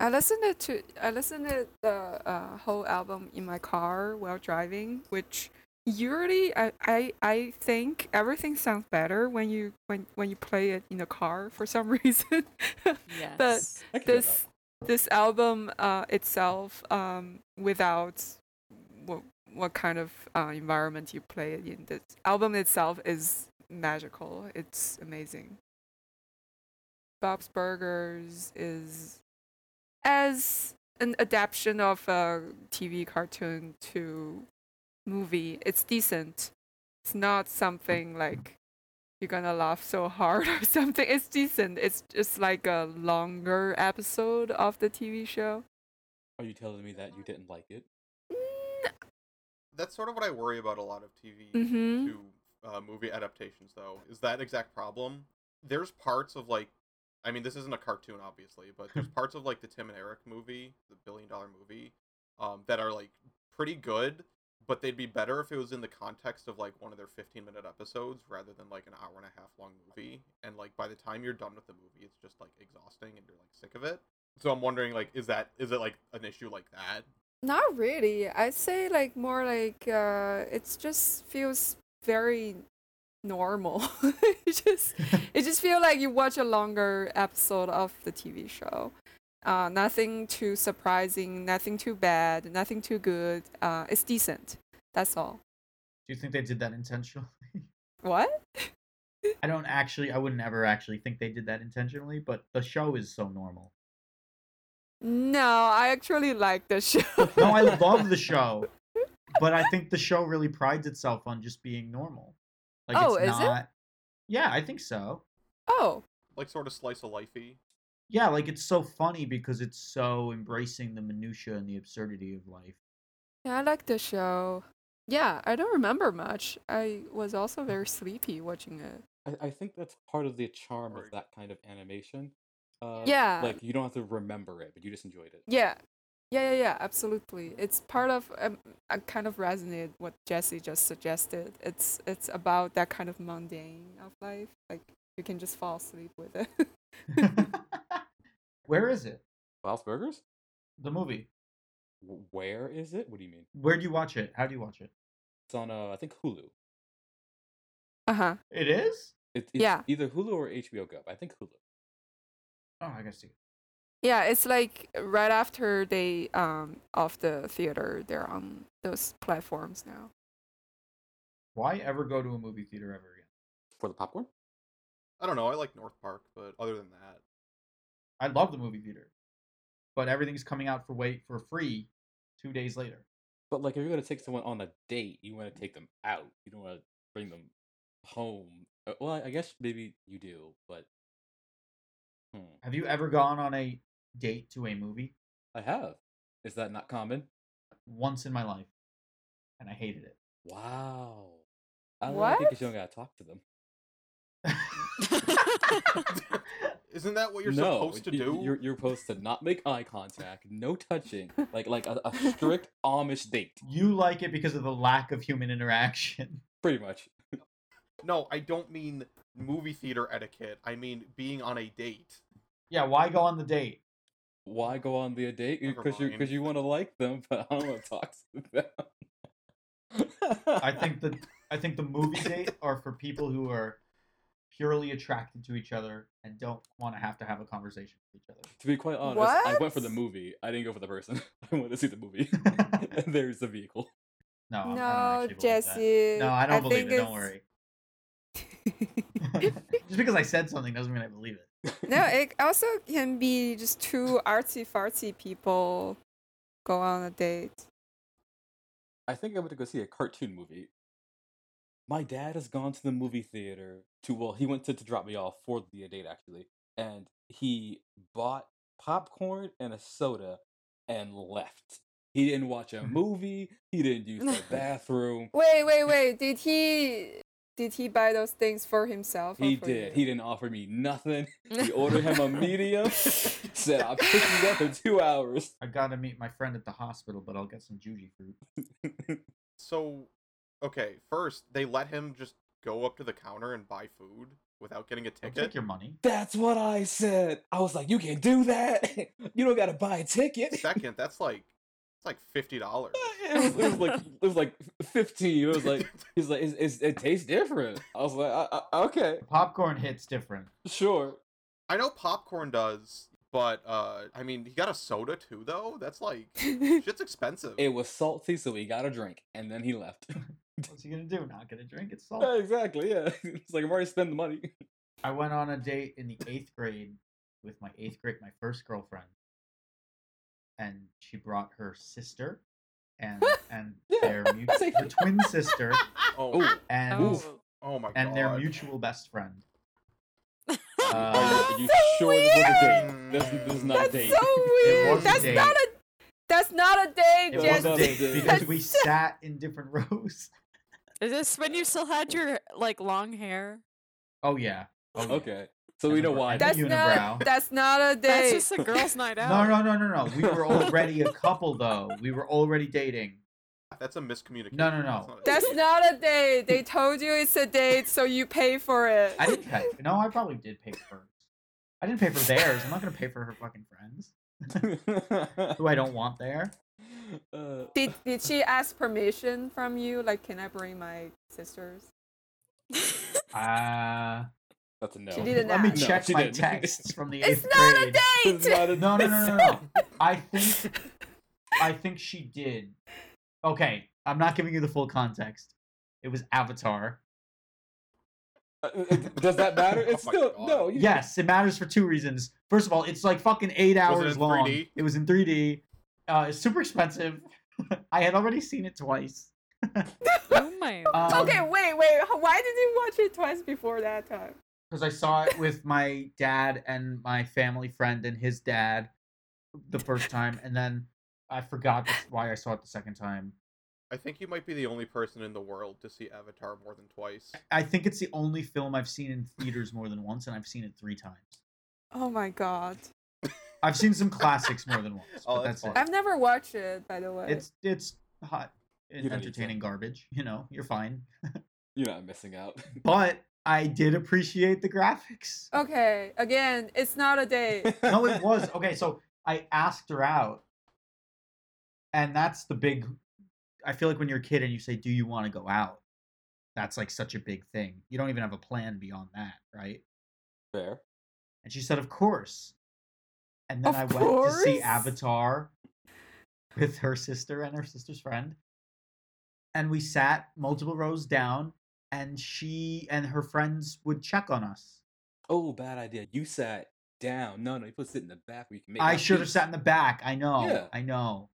I listened it to I listened to the uh, whole album in my car while driving, which usually I, I I think everything sounds better when you when when you play it in the car for some reason.
Yes.
I can hear that.
this this album uh, itself um, without what what kind of uh, environment you play it in this album itself is magical it's amazing bob's burgers is as an adaptation of a tv cartoon to movie it's decent it's not something like you're gonna laugh so hard or something. It's decent. It's just like a longer episode of the TV show.
Are you telling me that you didn't like it?
That's sort of what I worry about a lot of TV
Mm-hmm.
to uh, movie adaptations though is that exact problem there's parts of like i mean this isn't a cartoon obviously but there's parts of like the tim and eric movie the billion dollar movie um, that are like pretty good but they'd be better if it was in the context of like one of their 15 minute episodes rather than like an hour and a half long movie and like by the time you're done with the movie it's just like exhausting and you're like sick of it so i'm wondering like is that is it like an issue like that
Not really. I'd say like more like uh, it's just feels very normal. it just it just feel like you watch a longer episode of the TV show. Uh, nothing too surprising, nothing too bad, nothing too good. Uh, it's decent. That's all.
Do you think they did that intentionally?
What?
I don't actually. I wouldn't ever actually think they did that intentionally. But the show is so normal.
No, I actually like the show.
No, I love the show, but I think the show really prides itself on just being normal. Like
Oh,
it's
is it?
not. Yeah, I think so.
Oh,
like sort of slice of lifey
Yeah, like it's so funny because it's so embracing the minutia and the absurdity of life.
Yeah, I like the show. Yeah, I don't remember much. I was also very sleepy watching it.
I, I think that's part of the charm
Or-
of that kind of animation.
Oh,
Uh,
Yeah.
Like you don't have to remember it, but you just enjoyed it.
Yeah. Yeah, yeah, yeah, absolutely. It's part of um, I kind of resonate what Jesse just suggested. It's it's about that kind of mundane of life. Like you can just fall asleep with it.
Where is it?
Bob's Burgers?
The movie.
W- Where is it? What do you mean?
Where do you watch it? How do you watch it?
It's on uh, I think Hulu.
uh-huh.
It is.
It, it's
Yeah.
Either Hulu or HBO Go. but I think Hulu.
Oh, I guess.
Yeah, it's like right after they um off the theater, they're on those platforms now.
Why ever go to a movie theater ever again?
For the popcorn?
i don't know i like north park but other than that
I love the movie theater, but everything's coming out for wait for free two days later.
But like, if you're gonna take someone on a date, you want to take them out. You don't want to bring them home. Uh, Well, I guess maybe you do, but hmm,
Have you ever gone on a date to a movie?
I have. Is that not common?
Once in my life, and I hated it.
Wow. I don't know, I think 'cause you don't gotta talk to them.
Isn't that what you're
no,
supposed to
y-
do?
You're you're supposed to not make eye contact, no touching, like like a, a strict Amish date,
you like it because of the lack of human interaction.
pretty much.
No, I don't mean movie theater etiquette. I mean being on a date.
Yeah, why go on the date?
Why go on the date?
Never
Because you
mind.
because you want to like them, but I don't want to talk to them.
I think the I think the movie date are for people who are purely attracted to each other and don't want to have to have a conversation with each other.
To be quite honest, I went for the
What?
movie. I didn't go for the person. I went to see the movie. and there's the vehicle.
No, I'm- Oh, I don't
no,
actually believe that.
Jesse.
No, I don't believe
think
it. Don't
it's-
worry. Just because I said something doesn't mean I believe it.
no, it also can be just two artsy fartsy people go on a date.
I think I went to go see a cartoon movie. My dad has gone to the movie theater to well, he went to, to drop me off for the date actually, and he bought popcorn and a soda and left. He didn't watch a movie. He didn't use the bathroom.
Wait, wait, wait. Did he did he buy those things for himself? or
He
for
did. He
you?
didn't offer me nothing. He ordered him a medium. Said I'll pick you up in two hours.
I gotta meet my friend at the hospital, but I'll get some juji fruit.
So, okay, first they let him just go up to the counter and buy food without getting a
I'll
ticket.
take your money.
That's what I said. I was like, you can't do that. You don't gotta buy a ticket.
Second, that's like it's like fifty dollars.
it, was, it was like it was like fifteen. It was like he's like it's, it's, it tastes different. I was like, I, I, okay,
The popcorn hits different.
sure.
I know popcorn does, but uh, I mean, he got a soda too, though. That's like shit's expensive.
It was salty, so he got a drink, and then he left.
What's he gonna do? Not gonna drink. It's salt.
exactly. Yeah. It's like I've already spent the money.
I went on a date in the eighth grade with my eighth grade, my first girlfriend, and she brought her sister and and
Yeah,
their mutual,
safe.
her twin sister
oh,
Oh,
and
Oh.
oh my
and
god.
their mutual best friend.
Oh.
are
Uh,
you, are you
so
sure this was a date?
weird!
This, is- this is not
That's
a date.
so weird.
was a
That's
date.
not a that's not a date,
it
Yes.
was
Jesse.
a date because we
That's-
sat in different rows.
Is this when you still had your like long hair?
Oh yeah. Oh, yeah.
okay, so
And
we
the
know
bra-
why.
and the
That's
unibrow.
not that's not a
That's
date.
just a girls' night
No,
out.
no, no, no, no. We were already a couple though. We were already dating.
That's a miscommunication.
No, no, no.
That's not a-
That's not a date. They told you it's a date, so you pay for it.
I didn't pay. No, I probably did pay for hers. I didn't pay for theirs. I'm not gonna pay for her fucking friends who I don't want there.
uh,
Did did she ask permission from you? Like, can I bring my sisters?
Uh,
that's a no.
She didn't
let me
ask.
No,
check
she
my
didn't.
texts from the
It's
eighth
not a
grade.
It's
date.
not a
No, no, no, no, no. I think, I think she did. Okay, I'm not giving you the full context. It was Avatar.
Uh, uh, Does that matter?
Oh
It's
my
still
God.
no. You,
Yes, it matters for two reasons. First of all, it's like fucking eight hours
in
long.
3D?
It was in 3D. Uh, it's super expensive. I had already seen it twice.
Oh my.
Um,
Okay, wait, wait. h- Why did you watch it twice before that time?
because I saw it with my dad and my family friend and his dad the first time, and then I forgot this- why I saw it the second time.
I think you might be the only person in the world to see Avatar more than twice.
I think it's the only film I've seen in theaters more than once, and I've seen it three times.
Oh my god.
I've seen some classics more than once.
Oh,
but
that's
that's,
I've never watched it, by the way.
it. It's it's hot
You
and
don't need to.
entertaining garbage. You know, you're fine.
you're not missing out.
But I did appreciate the graphics.
okay, again, it's not a date.
no, it was okay. So I asked her out, and that's the big. I feel like when you're a kid and you say, "Do you want to go out?" That's like such a big thing. You don't even have a plan beyond that, right?
fair.
And she said, "Of course." And then
Of
I went to see
course.
Avatar with her sister and her sister's friend, and we sat multiple rows down. And she and her friends would check on us.
Oh, bad idea. You sat down. No, no, you put sit in the back. where you can make
I
out
should have
peace.
sat in the back. I know.
Yeah.
I know.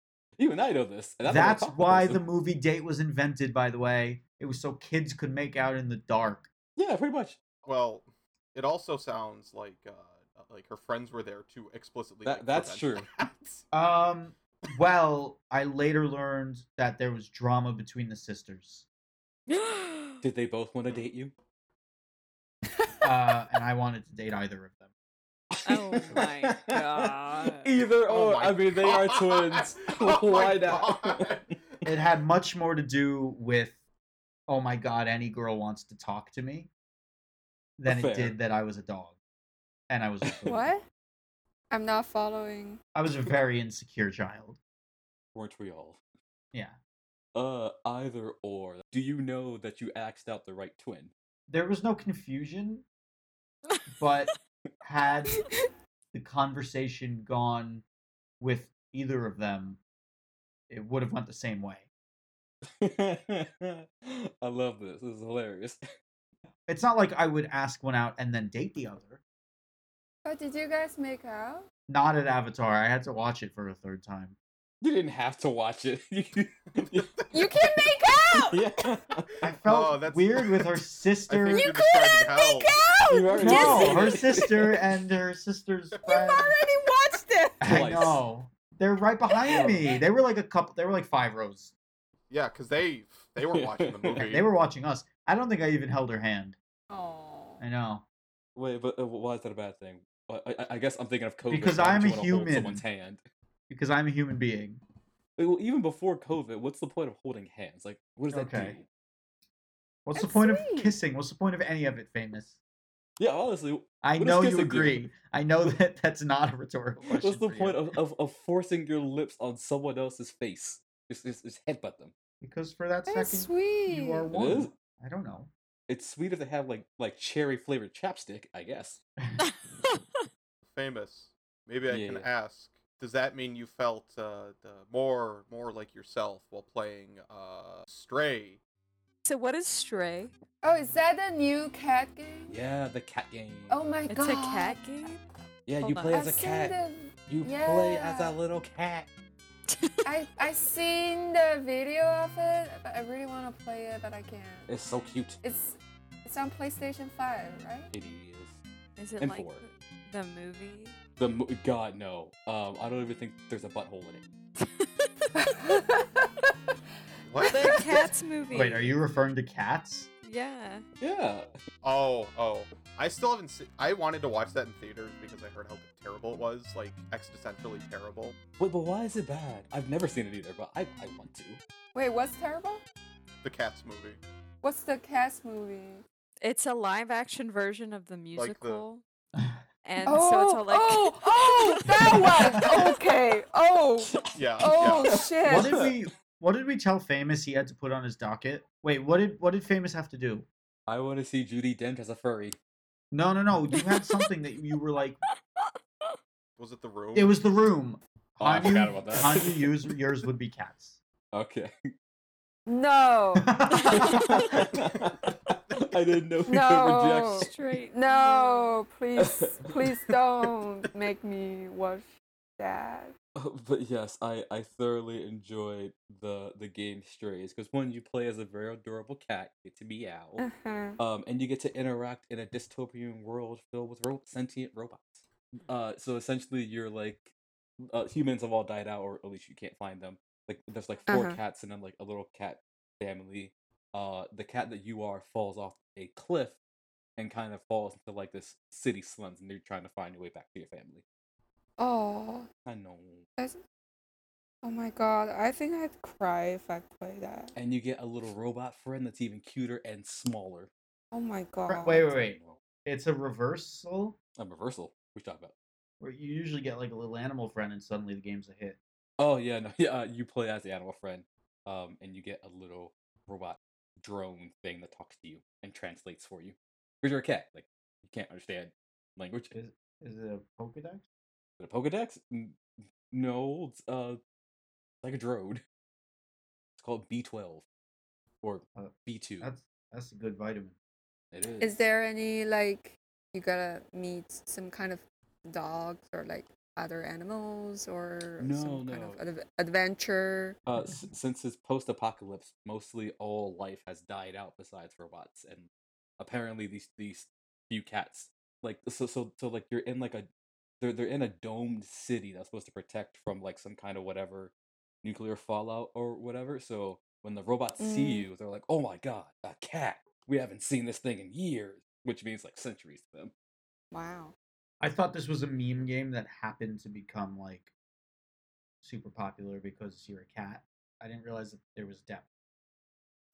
Even I know this. and I'm not a
That's
cock
why the
person.
movie date was invented, by the way. It was so kids could make out in the dark.
Yeah, pretty much.
Well, it also sounds like uh, like her friends were there to explicitly.
That-
like,
that's
prevent that.
Um, well, I later learned that there was drama between the sisters,
Did they both want to date you?
uh, and I wanted to date either of them.
Oh my God.
Either
Oh
or.
my
I mean, they are
God.
twins.
Oh my
Why not?
God.
It had much more to do with, oh my god, any girl wants to talk to me, than
Fair.
it did that I was a dog, and I was a fool.
What? I'm not following.
I was a very insecure child.
Weren't we all?
Yeah,
Uh, either or. Do you know that you axed out the right twin?
there was no confusion, but had the conversation gone with either of them, it would have went the same way.
I love this. This is hilarious.
It's not like I would ask one out and then date the other.
But did you guys make out?
Not at Avatar. I had to watch it for a third time.
You didn't have to watch it.
You can make out.
yeah.
I felt
Oh, that's-
weird with her
I think
sister.
you're
You
describing
couldn't
hell.
make out.
You already
No,
did
her
it.
sister and her sister's
You've
friend.
already watched it.
I
Twice.
know. They're right behind me. They were like a couple. They were like five rows.
Yeah, because they they were watching the
Yeah,
movie.
They were watching us. I don't think I even held her hand.
Oh.
I know.
Wait, but uh, why is that a bad thing? I, I, I guess I'm thinking of COVID.
Because
why would
I'm
you
a
wanna hold
human.
Someone's hand.
Because I'm a human being.
Uh, Well, even before COVID, what's the point of holding hands? Like, what does that
Okay.
do?
What's the
That's
point
sweet.
of kissing? What's the point of any of it, famous?
Yeah, honestly, What
I
does
know you
kissing do?
agree. I know that that's not a rhetorical question.
what's the
for you.
point of, of, of forcing your lips on someone else's face? Just, just, just headbutt them.
Because for that
That's
second,
sweet.
you are
It is.
one. I don't know.
It's sweet if they have like like cherry flavored chapstick, I guess.
Uh,
famous. Maybe I can
Yeah.
ask. Does that mean you felt uh, the more more like yourself while playing uh, Stray?
So what is stray?
Oh, is that a new cat game?
Yeah, the cat game.
Oh my
It's
god.
a cat game.
yeah, you
hold on.
play
I've
as a
seen
cat.
the
You play as a
yeah.
little cat.
I I seen the video of it, but I really want to play it, but I can't.
It's so cute.
It's it's on PlayStation 5, right?
It is.
Is it
And
like
four.
the- the movie?
The mo- God no. Um, I don't even think there's a butthole in it.
What?
The cats movie.
Wait, are you referring to cats?
Yeah.
Yeah.
Oh, oh. I still haven't seen. I wanted to watch that in theaters because I heard how terrible it was, like existentially terrible.
Wait, but why is it bad? I've never seen it either, but I, I want to.
Wait, what's terrible?
The Cats movie.
What's the cats movie?
It's a live action version of the musical. And
oh,
so it's all like
oh, oh, that one. Okay. Oh,
Yeah.
oh
yeah.
shit.
What did we? What did we tell Famous he had to put on his docket? Wait, what did what did Famous have to do?
I want to see Judy Dent as a furry.
No, no, no. You had something that you were like.
Was it the room?
It was the room.
Oh, I
Hanyu-
forgot about that.
Hanyu, yours, yours would be cats.
Okay.
No.
I didn't know we could
No.
reject
straight.
No, please, please don't make me watch that.
Uh, But yes, I, I thoroughly enjoyed the the game Strays because one, you play as a very adorable cat, you get to meow,
Uh-huh.
um, and you get to interact in a dystopian world filled with ro- sentient robots. Uh, so essentially, you're like uh, humans have all died out, or at least you can't find them. Like there's like 4
Uh-huh.
cats and then like a little cat family. Uh, the cat that you are falls off a cliff and kind of falls into like this city slums, and you're trying to find your way back to your family.
Oh,
I know.
oh my god! I think I'd cry if I play that.
and you get a little robot friend that's even cuter and smaller.
Oh my
Right,
god!
wait, wait, wait. It's a reversal
A reversal. We talk about.
where you usually get like a little animal friend, and suddenly the game's a hit.
Oh yeah, no, yeah. Uh, you play as the animal friend, um, and you get a little robot drone thing that talks to you and translates for you. Because you're a cat, like you can't understand language. Is
Is is it a Pokedex?
it a Pokedex? N- No, it's uh, like a drone. It's called B12 or
Uh,
B2.
That's that's a good vitamin.
It is.
Is there any like you gotta meet some kind of dogs or like other animals or
No,
some kind of
no.
adv- adventure?
Uh, s- since his post-apocalypse, mostly all life has died out besides robots, and apparently these these few cats, like so so so like you're in like a they're they're in a domed city that's supposed to protect from like some kind of whatever nuclear fallout or whatever. So when the robots see
Mm.
you, they're like, "Oh my god, a cat! We haven't seen this thing in years," which means like centuries to them.
Wow.
I thought this was a meme game that happened to become like super popular because you're a cat. I didn't realize that there was depth.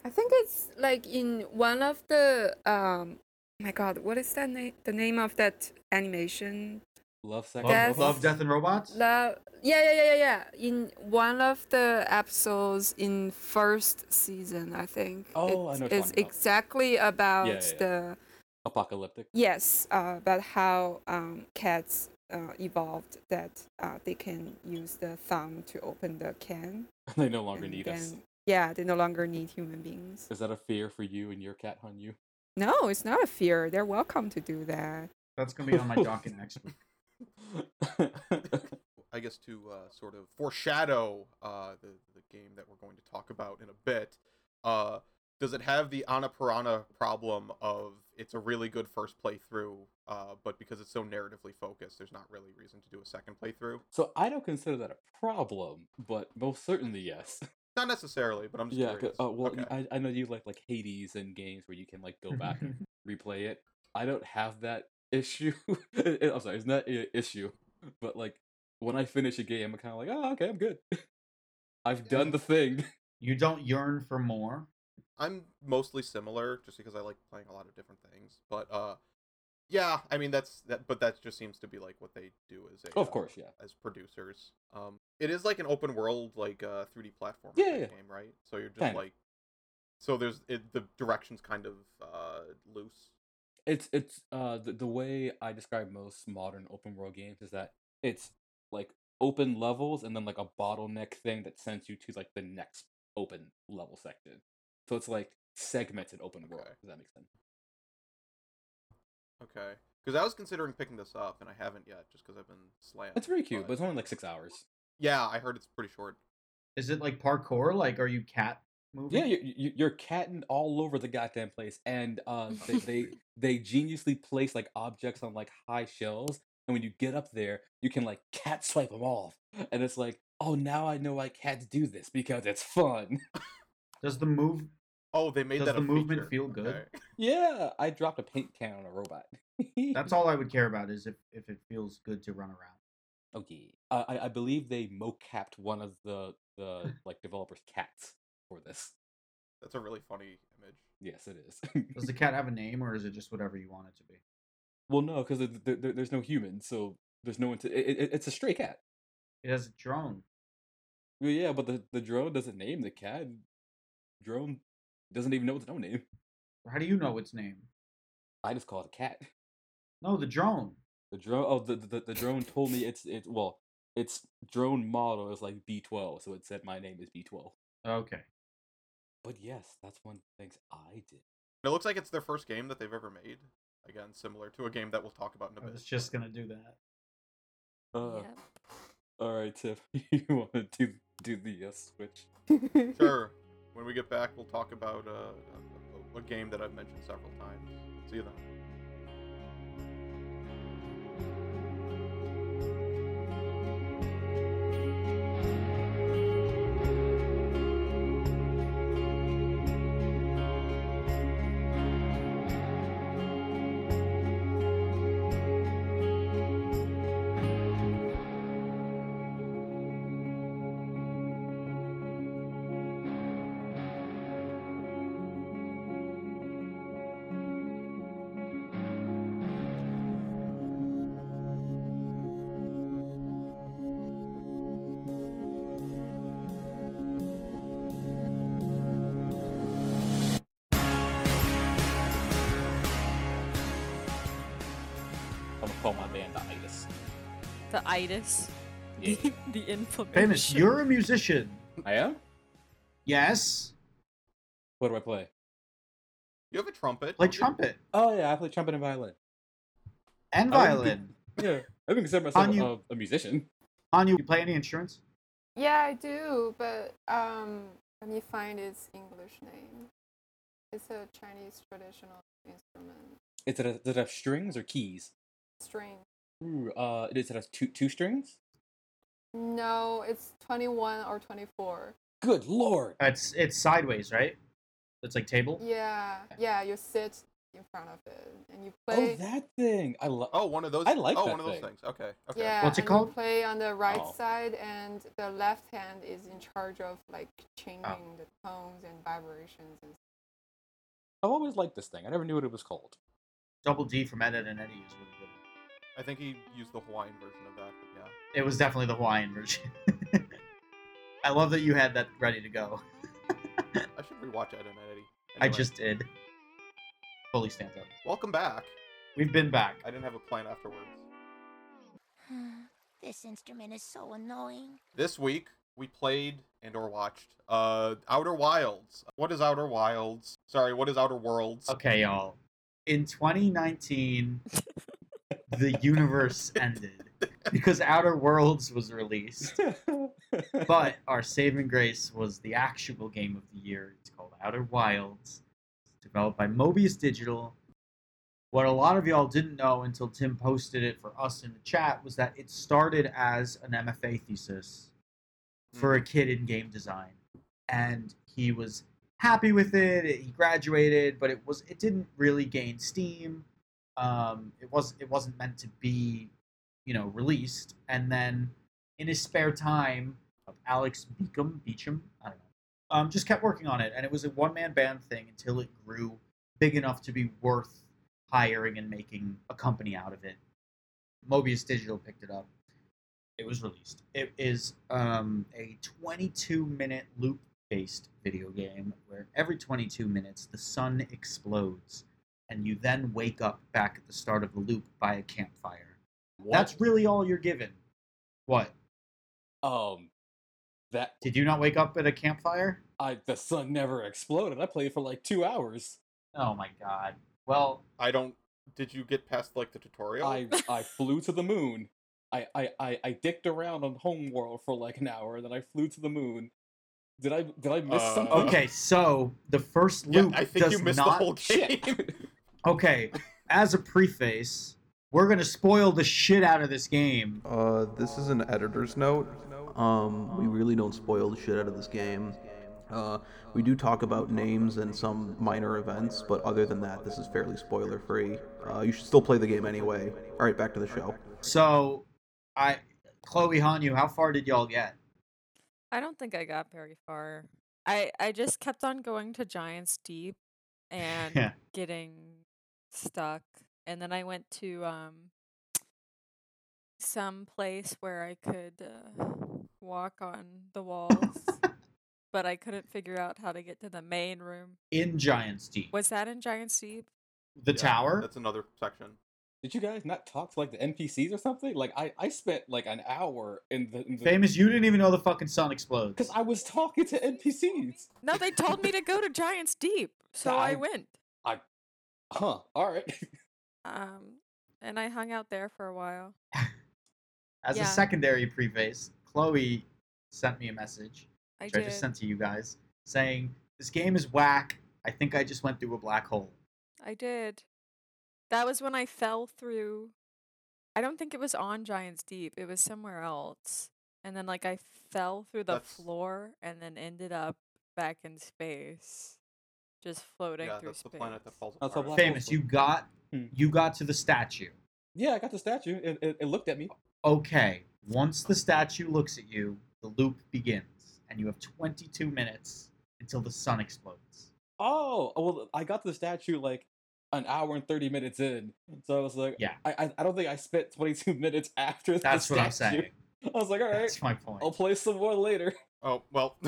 I think it's like in one of the um my god, what is that name the name of that animation?
Love sex.
Love,
Yes.
love, death, and robots.
The yeah, yeah, yeah, yeah, yeah. In one of the episodes in first season, I think.
Oh, I
it
know what you're
is
talking about.
exactly about
yeah, yeah.
the
apocalyptic.
yes, uh, about how um, cats uh, evolved that uh, they can use the thumb to open the can.
they no longer
and
need us.
then- Yeah, they no longer need human beings.
Is that a fear for you and your cat, Hun Yu?
No, it's not a fear. They're welcome to do that.
That's gonna be on my docket next week.
I guess to uh, sort of foreshadow uh, the the game that we're going to talk about in a bit. Uh, does it have the Ana Pirana problem of it's a really good first playthrough, uh, but because it's so narratively focused, there's not really reason to do a second playthrough?
so I don't consider that a problem, but most certainly yes.
Not necessarily, but I'm just
yeah. 'cause,
curious.
Uh, well,
Okay.
I, I know you like like Hades and games where you can like go back and replay it. I don't have that issue. I'm sorry, it's not an issue, but like when I finish a game, I'm kind of like, oh, okay, I'm good. I've done the thing.
you don't yearn for more.
I'm mostly similar just because I like playing a lot of different things. But uh yeah, I mean that's that but that just seems to be like what they do as a
Of
uh,
course, yeah.
as producers. Um it is like an open world like uh 3D platform
Yeah, yeah.
game, right? So you're just
Kinda.
like so there's it, the directions kind of uh loose.
it's it's uh the, the way i describe most modern open world games is that it's like open levels and then like a bottleneck thing that sends you to like the next open level section so it's like segmented open world
Okay.
does that make sense
Okay. Cuz I was considering picking this up and I haven't yet just cuz I've been slammed.
it's very cute but it's only like six hours
yeah, I heard it's pretty short.
Is it like parkour? Like, are you cat moving?
yeah you're, you- you're catting all over the goddamn place and uh they, they they geniusly place like objects on like high shelves and when you get up there you can like cat swipe them off and it's like oh now i know why cats do this because it's fun
Does the move?
Oh, they made
Does
that
the
a
movement
feature.
feel good?
Okay.
Yeah, I dropped a paint can on a robot.
That's all I would care about is if if it feels good to run around.
okay. I I- I believe they mocapped one of the the like developers' cats for this.
That's a really funny image.
Yes, it is.
Does the cat have a name, or is it just whatever you want it to be?
well, no, because there, there, there's no human, so there's no one to. It, it, it's a stray cat.
It has a drone.
Well, yeah, but the the drone doesn't name the cat. Drone doesn't even know its own name.
How do you know its name?
I just call it a cat.
No, the drone.
The drone. Oh, the the, the drone told me it's it's well, its drone model is like B12, so it said my name is B12.
Okay.
But yes, that's one of the things I did.
It looks like it's their first game that they've ever made. Again, similar to a game that we'll talk about in a
I
bit.
was just gonna do that.
Uh,
Yep.
All right, Tiff, you want to do do the uh, switch?
Sure. When we get back, we'll talk about uh, a- a, a game that I've mentioned several times. See you then.
I'm gonna call my band the Itis.
The itis.
Yeah,
the inflammation.
Famous. You're a musician.
I am.
Yes.
What do I play?
You have a trumpet.
Play
don't you?
trumpet
Oh yeah, I play trumpet and violin.
and
I wouldn't be-
violin.
Yeah, I don't consider myself
On you-
a, a musician.
Anya, you play any instruments?
Yeah, I do, but um, let me find its English name. It's a Chinese traditional instrument,
Is it, a, does it have strings or keys?
string.
Ooh, uh, does it have two two strings?
No, it's 21 or 24.
Good lord!
Uh, It's it's sideways, right? It's like
Oh.
table.
Yeah, yeah, you sit in front of it and you
Oh,
play.
that thing! I love.
Oh, one of those.
I like
oh,
that
one of those
thing.
things. Okay. Okay.
Yeah,
What's it
and
called?
You play on the right
Oh.
side, and the left hand is in charge of like changing the tones and vibrations. And
I've always liked this thing. I never knew what it was called.
Double D from Edit and Eddie is really good.
I think he used the Hawaiian version of that. But yeah.
It was definitely the Hawaiian version. I love that you had that ready to go.
I should rewatch Ed and Eddie.
I
Anyway,
just did. Fully stand up.
welcome back.
We've been back.
I didn't have a plan afterwards.
this instrument is so annoying.
This week we played and or watched uh Outer Wilds. What is Outer Wilds? Sorry, what is Outer Worlds?
Okay, y'all. In 2019, the universe ended because Outer Worlds was released. But our saving grace was the actual game of the year. It's called Outer Wilds. It's developed by Mobius Digital. What a lot of y'all didn't know until Tim posted it for us in the chat was that it started as an MFA thesis for a kid in game design. And he was happy with it. He graduated, but it was it didn't really gain steam. Um, it was it wasn't meant to be, you know, released. And then in his spare time, of Alex Beacom, Beecham, I don't know. Um, just kept working on it, and it was a one man band thing until it grew big enough to be worth hiring and making a company out of it. Mobius Digital picked it up. It was released. It is um, a 22 minute loop based video game where every 22 minutes the sun explodes, and you then wake up back at the start of the loop by a campfire. That's really all you're given. What?
um, that
Did you not wake up at a campfire?
I the sun never exploded. I played for like two hours.
Oh my god. Well,
I don't. Did you get past like the tutorial?
I I flew to the moon. I I I, I dicked around on homeworld for like an hour, then I flew to the moon. Did I did I miss
Uh,
something?
okay, so the first
Yeah,
loop
I think you
does
missed
not
the whole game.
shit.
Okay, as a preface, we're going to spoil the shit out of this game.
Uh, this is an editor's note. Um, we really don't spoil the shit out of this game. Uh, we do talk about names and some minor events, but other than that, this is fairly spoiler free. Uh, you should still play the game anyway. All right, back to the show.
So, I Chloe Hanyu, how far did y'all get?
I don't think I got very far. I I just kept on going to Giants Deep and
Yeah.
getting stuck. And then I went to um some place where I could uh, walk on the walls, but I couldn't figure out how to get to the main room.
In Giants Deep.
Was that in Giants Deep?
The
Yeah,
tower?
That's another section.
Did you guys not talk to like the NPCs or something? Like I I spent like an hour in the, in the
Famous, you didn't even know the fucking sun explodes.
because I was talking to NPCs.
No, they told me to go to Giants Deep, so I
I-
went.
Huh. All right.
Um, and I hung out there for a while.
As
yeah.
a secondary preface, Chloe sent me a message.
I
which
did.
I just sent to you guys, saying this game is whack. I think I just went through a black hole.
I did. That was when I fell through. I don't think it was on Giants Deep. It was somewhere else. And then like I fell through the
That's-
floor and then ended up back in space, just floating
yeah,
through
that's
space.
the planet that falls
That's a
apart.
black hole.
Famous, you got
Hmm.
you got to the statue.
Yeah, I got the statue. It, it, it looked at me.
Okay, once the statue looks at you, the loop begins, and you have 22 minutes until the sun explodes.
Oh well, I got to the statue like an hour and thirty minutes in, so I was like,
Yeah.
I I, I don't think I spent twenty two minutes after the
That's what I'm
statue.
saying.
I was like, all right, Oh,
That's my point.
I'll play some more later.
Oh well.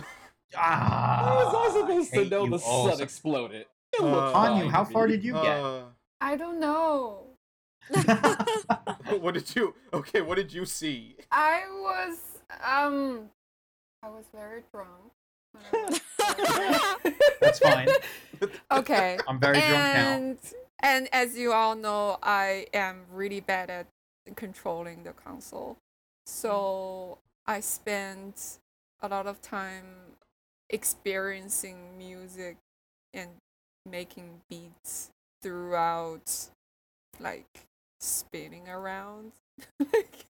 Ah,
How was I supposed to
hate
know
you
the
all
sun
so-
exploded? It
Uh, Anya,
looked fine
Hanyu, how
to
far
me.
did you get?
Uh,
I don't know.
what did you? Okay, what did you see?
I was um, I was very drunk. when I was there.
That's fine.
okay.
I'm very drunk now.
and and as you all know, I am really bad at controlling the console. So I spent a lot of time experiencing music and making beats throughout like spinning around like,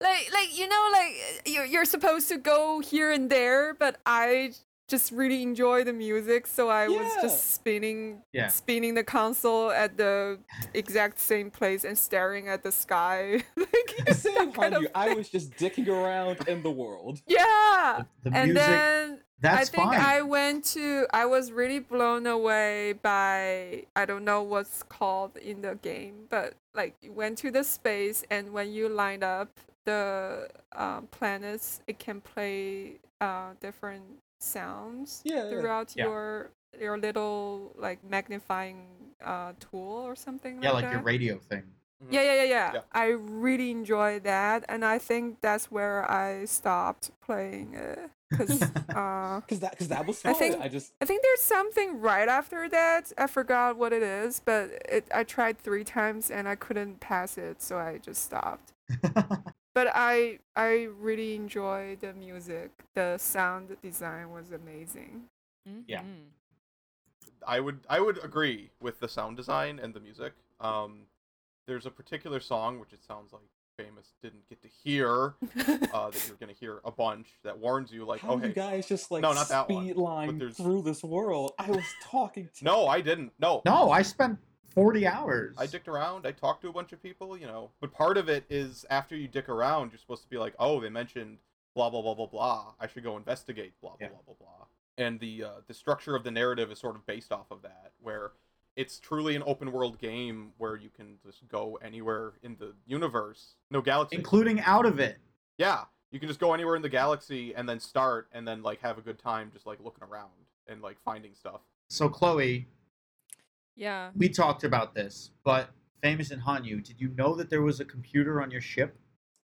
like like you know like you're, you're supposed to go here and there but i just really enjoy the music so i was just spinning
Yeah.
spinning the console at the exact same place and staring at the sky like
Same
kind
on
of
you. I was just dicking around in the world.
yeah
The
and
music.
then
that's
I think
fine.
I went to. I was really blown away by I don't know what's called in the game, but like you went to the space and when you lined up the uh, planets, it can play uh, different sounds
Yeah, yeah.
throughout
Yeah.
your your little like magnifying uh, tool or something
yeah,
like
like
that.
your radio thing.
Yeah, yeah, yeah, yeah,
Yeah.
I really enjoy that, and I think that's where I stopped playing it because uh,
Cause that, cause that was
I
fun. I,
think-
just
I think there's something right after that. I forgot what it is, but it I tried three times and I couldn't pass it, so I just stopped. But I I really enjoy the music. The sound design was amazing.
Yeah.
Mhm.
I would I would agree with the sound design and the music. Um, there's a particular song which it sounds like famous didn't get to hear uh, that you're gonna hear a bunch that warns you like
how
okay
you guys just like
No, not that one,
speed
but
line
there's-
through this world. I was talking to
no I didn't no
No, I spent 40 hours.
I dicked around I talked to a bunch of people you know but part of it is after you dick around you're supposed to be like oh they mentioned blah blah blah blah blah I should go investigate blah blah
Yeah.
blah blah blah and the uh, the structure of the narrative is sort of based off of that where it's truly an open world game where you can just go anywhere in the universe no galaxy
including out of it.
Yeah, you can just go anywhere in the galaxy and then start and then like have a good time just like looking around and like finding stuff.
So, Chloe,
Yeah.
we talked about this, but famous in Hanyu, did you know that there was a computer on your ship?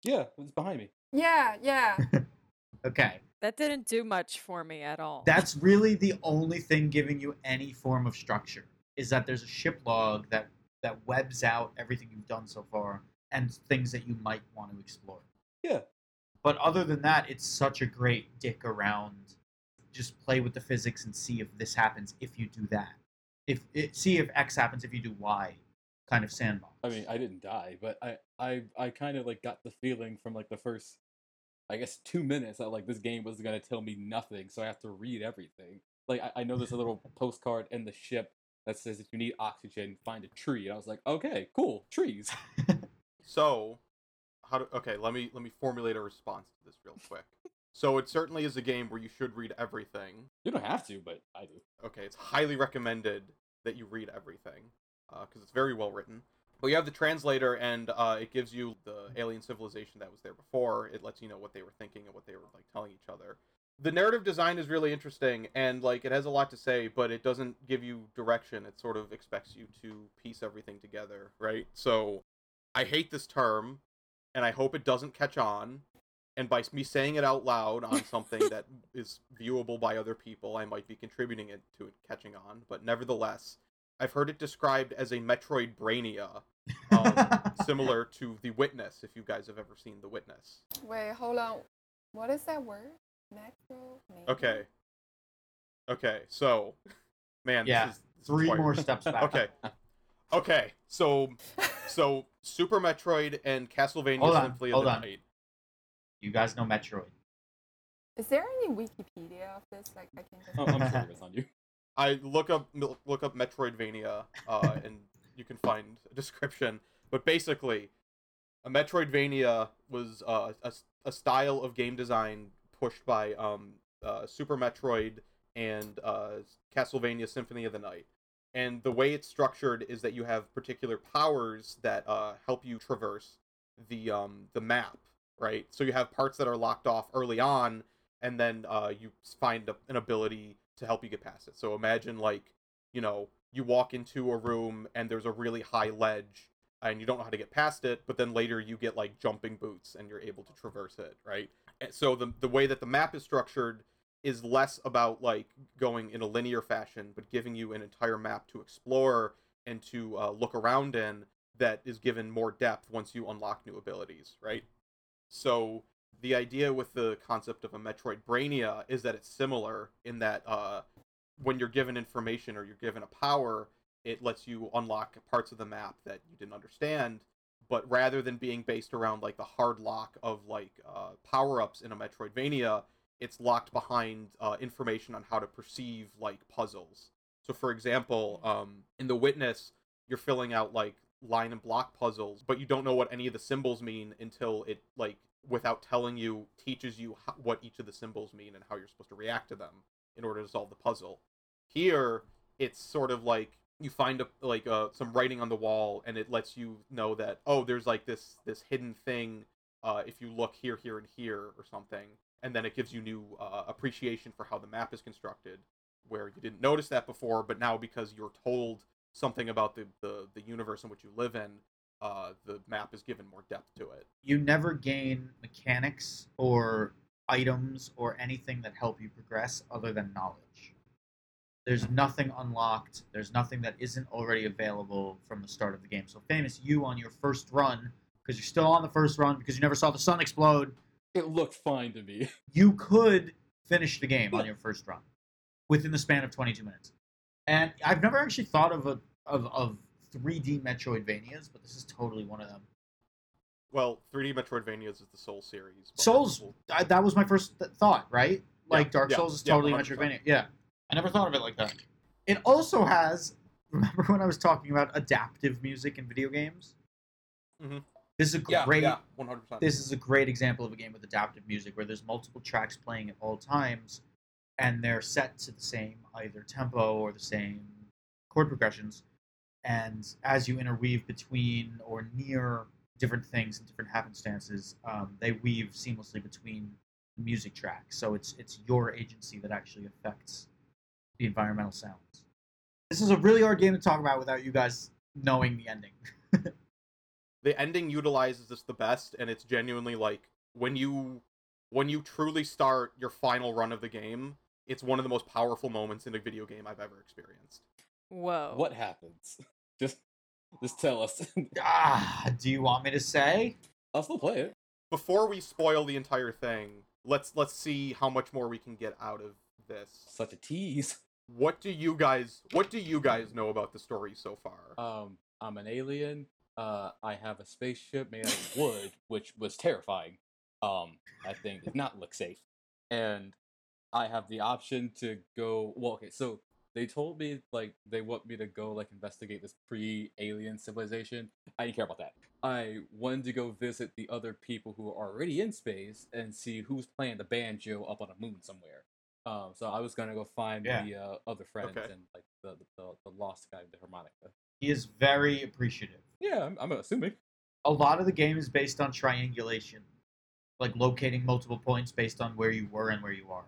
yeah, it was behind me.
Yeah, yeah.
Okay,
That didn't do much for me at all.
that's really the only thing giving you any form of structure is that there's a ship log that that webs out everything you've done so far and things that you might want to explore.
Yeah.
But other than that, it's such a great dick around. Just play with the physics and see if this happens if you do that. If it, see if X happens if you do Y, kind of sandbox.
I mean, I didn't die, but I, I, I kind of like got the feeling from like the first, I guess, two minutes that like this game was gonna tell me nothing, so I have to read everything. Like I, I know there's a little postcard in the ship that says if you need oxygen, find a tree, and I was like, okay, cool, trees.
So, how do okay, let me let me formulate a response to this real quick. so it certainly is a game where you should read everything.
You don't have to, but I do.
okay, it's highly recommended that you read everything because it's very well written. But you have the translator, and uh, it gives you the alien civilization that was there before. It lets you know what they were thinking and what they were like telling each other. The narrative design is really interesting, and like it has a lot to say, but it doesn't give you direction. It sort of expects you to piece everything together, right? So, I hate this term, and I hope it doesn't catch on. And by me saying it out loud on something that is viewable by other people, I might be contributing it to it catching on. But nevertheless, I've heard it described as a Metroid Brainia, um, similar to The Witness. If you guys have ever seen The Witness,
Wait, hold on. What is that word? Macro.
okay, okay, so man,
Yeah,
this is this is
Three
wired.
more steps back.
Okay, okay, so so Super Metroid and Castlevania
Hold on,
Symphony of
hold
the
on.
Night.
You guys know Metroid.
Is there any Wikipedia of this? Like I can just.
Oh, I'm sure it's on you.
I look up look up Metroidvania, uh, and you can find a description. But basically, a Metroidvania was uh, a a style of game design pushed by um, uh, Super Metroid and uh, Castlevania Symphony of the Night. And the way it's structured is that you have particular powers that uh, help you traverse the um, the map, right? So you have parts that are locked off early on, and then uh, you find a, an ability to help you get past it. So imagine like you know you walk into a room and there's a really high ledge and you don't know how to get past it, but then later you get like jumping boots and you're able to traverse it, right? And so the the way that the map is structured is less about like going in a linear fashion, but giving you an entire map to explore and to uh, look around in that is given more depth once you unlock new abilities, right? So the idea with the concept of a Metroidvania is that it's similar in that uh, when you're given information or you're given a power, it lets you unlock parts of the map that you didn't understand. But rather than being based around like the hard lock of like uh, power ups in a Metroidvania, it's locked behind uh, information on how to perceive like puzzles. So, for example, um, in The Witness, you're filling out like line and block puzzles, but you don't know what any of the symbols mean until it like without telling you teaches you how, what each of the symbols mean and how you're supposed to react to them in order to solve the puzzle. Here, it's sort of like you find a, like uh, some writing on the wall, and it lets you know that oh, there's like this this hidden thing uh, if you look here, here, and here or something, and then it gives you new uh, appreciation for how the map is constructed, where you didn't notice that before, but now because you're told something about the the, the universe in which you live in, uh, the map is given more depth to it.
You never gain mechanics or items or anything that help you progress other than knowledge. There's nothing unlocked. There's nothing that isn't already available from the start of the game. So, famous you on your first run, because you're still on the first run because you never saw the sun explode,
It looked fine to me.
you could finish the game on your first run within the span of 22 minutes. And I've never actually thought of a of, of 3D Metroidvanias, but this is totally one of them.
Well, 3D Metroidvanias is the Soul series. but
Souls,
we'll-
I, that was my first th- thought, right? Like Dark
yeah,
Souls is
yeah,
totally
100%.
Metroidvania. Yeah, I never thought of it like that. It also has. Remember when I was talking about adaptive music in video games? Mm-hmm.
Mhm.
This is a
yeah,
great
yeah, 100%.
this is a great example of a game with adaptive music where there's multiple tracks playing at all times and they're set to the same either tempo or the same chord progressions and as you interweave between or near different things and different happenstances um, they weave seamlessly between the music tracks so it's it's your agency that actually affects the environmental sounds this is a really hard game to talk about without you guys knowing the ending
the ending utilizes this the best and it's genuinely like when you when you truly start your final run of the game it's one of the most powerful moments in a video game i've ever experienced
Whoa.
What happens? Just just tell us.
ah do you want me to say
I'll still play it.
before we spoil the entire thing let's let's see how much more we can get out of this
Such a tease.
what do you guys what do you guys know about the story so far
Um, I'm an alien. Uh, I have a spaceship made out of wood, which was terrifying. Um, that thing did not look safe. And I have the option to go. Well, okay, so they told me like they want me to go like investigate this pre-alien civilization. I didn't care about that. I wanted to go visit the other people who are already in space and see who's playing the banjo up on a moon somewhere. Um, so I was gonna go find
Yeah.
the uh, other friends
Okay.
and like the, the the lost guy with the harmonica.
he is very appreciative.
Yeah, I'm, I'm assuming.
A lot of the game is based on triangulation, like locating multiple points based on where you were and where you are.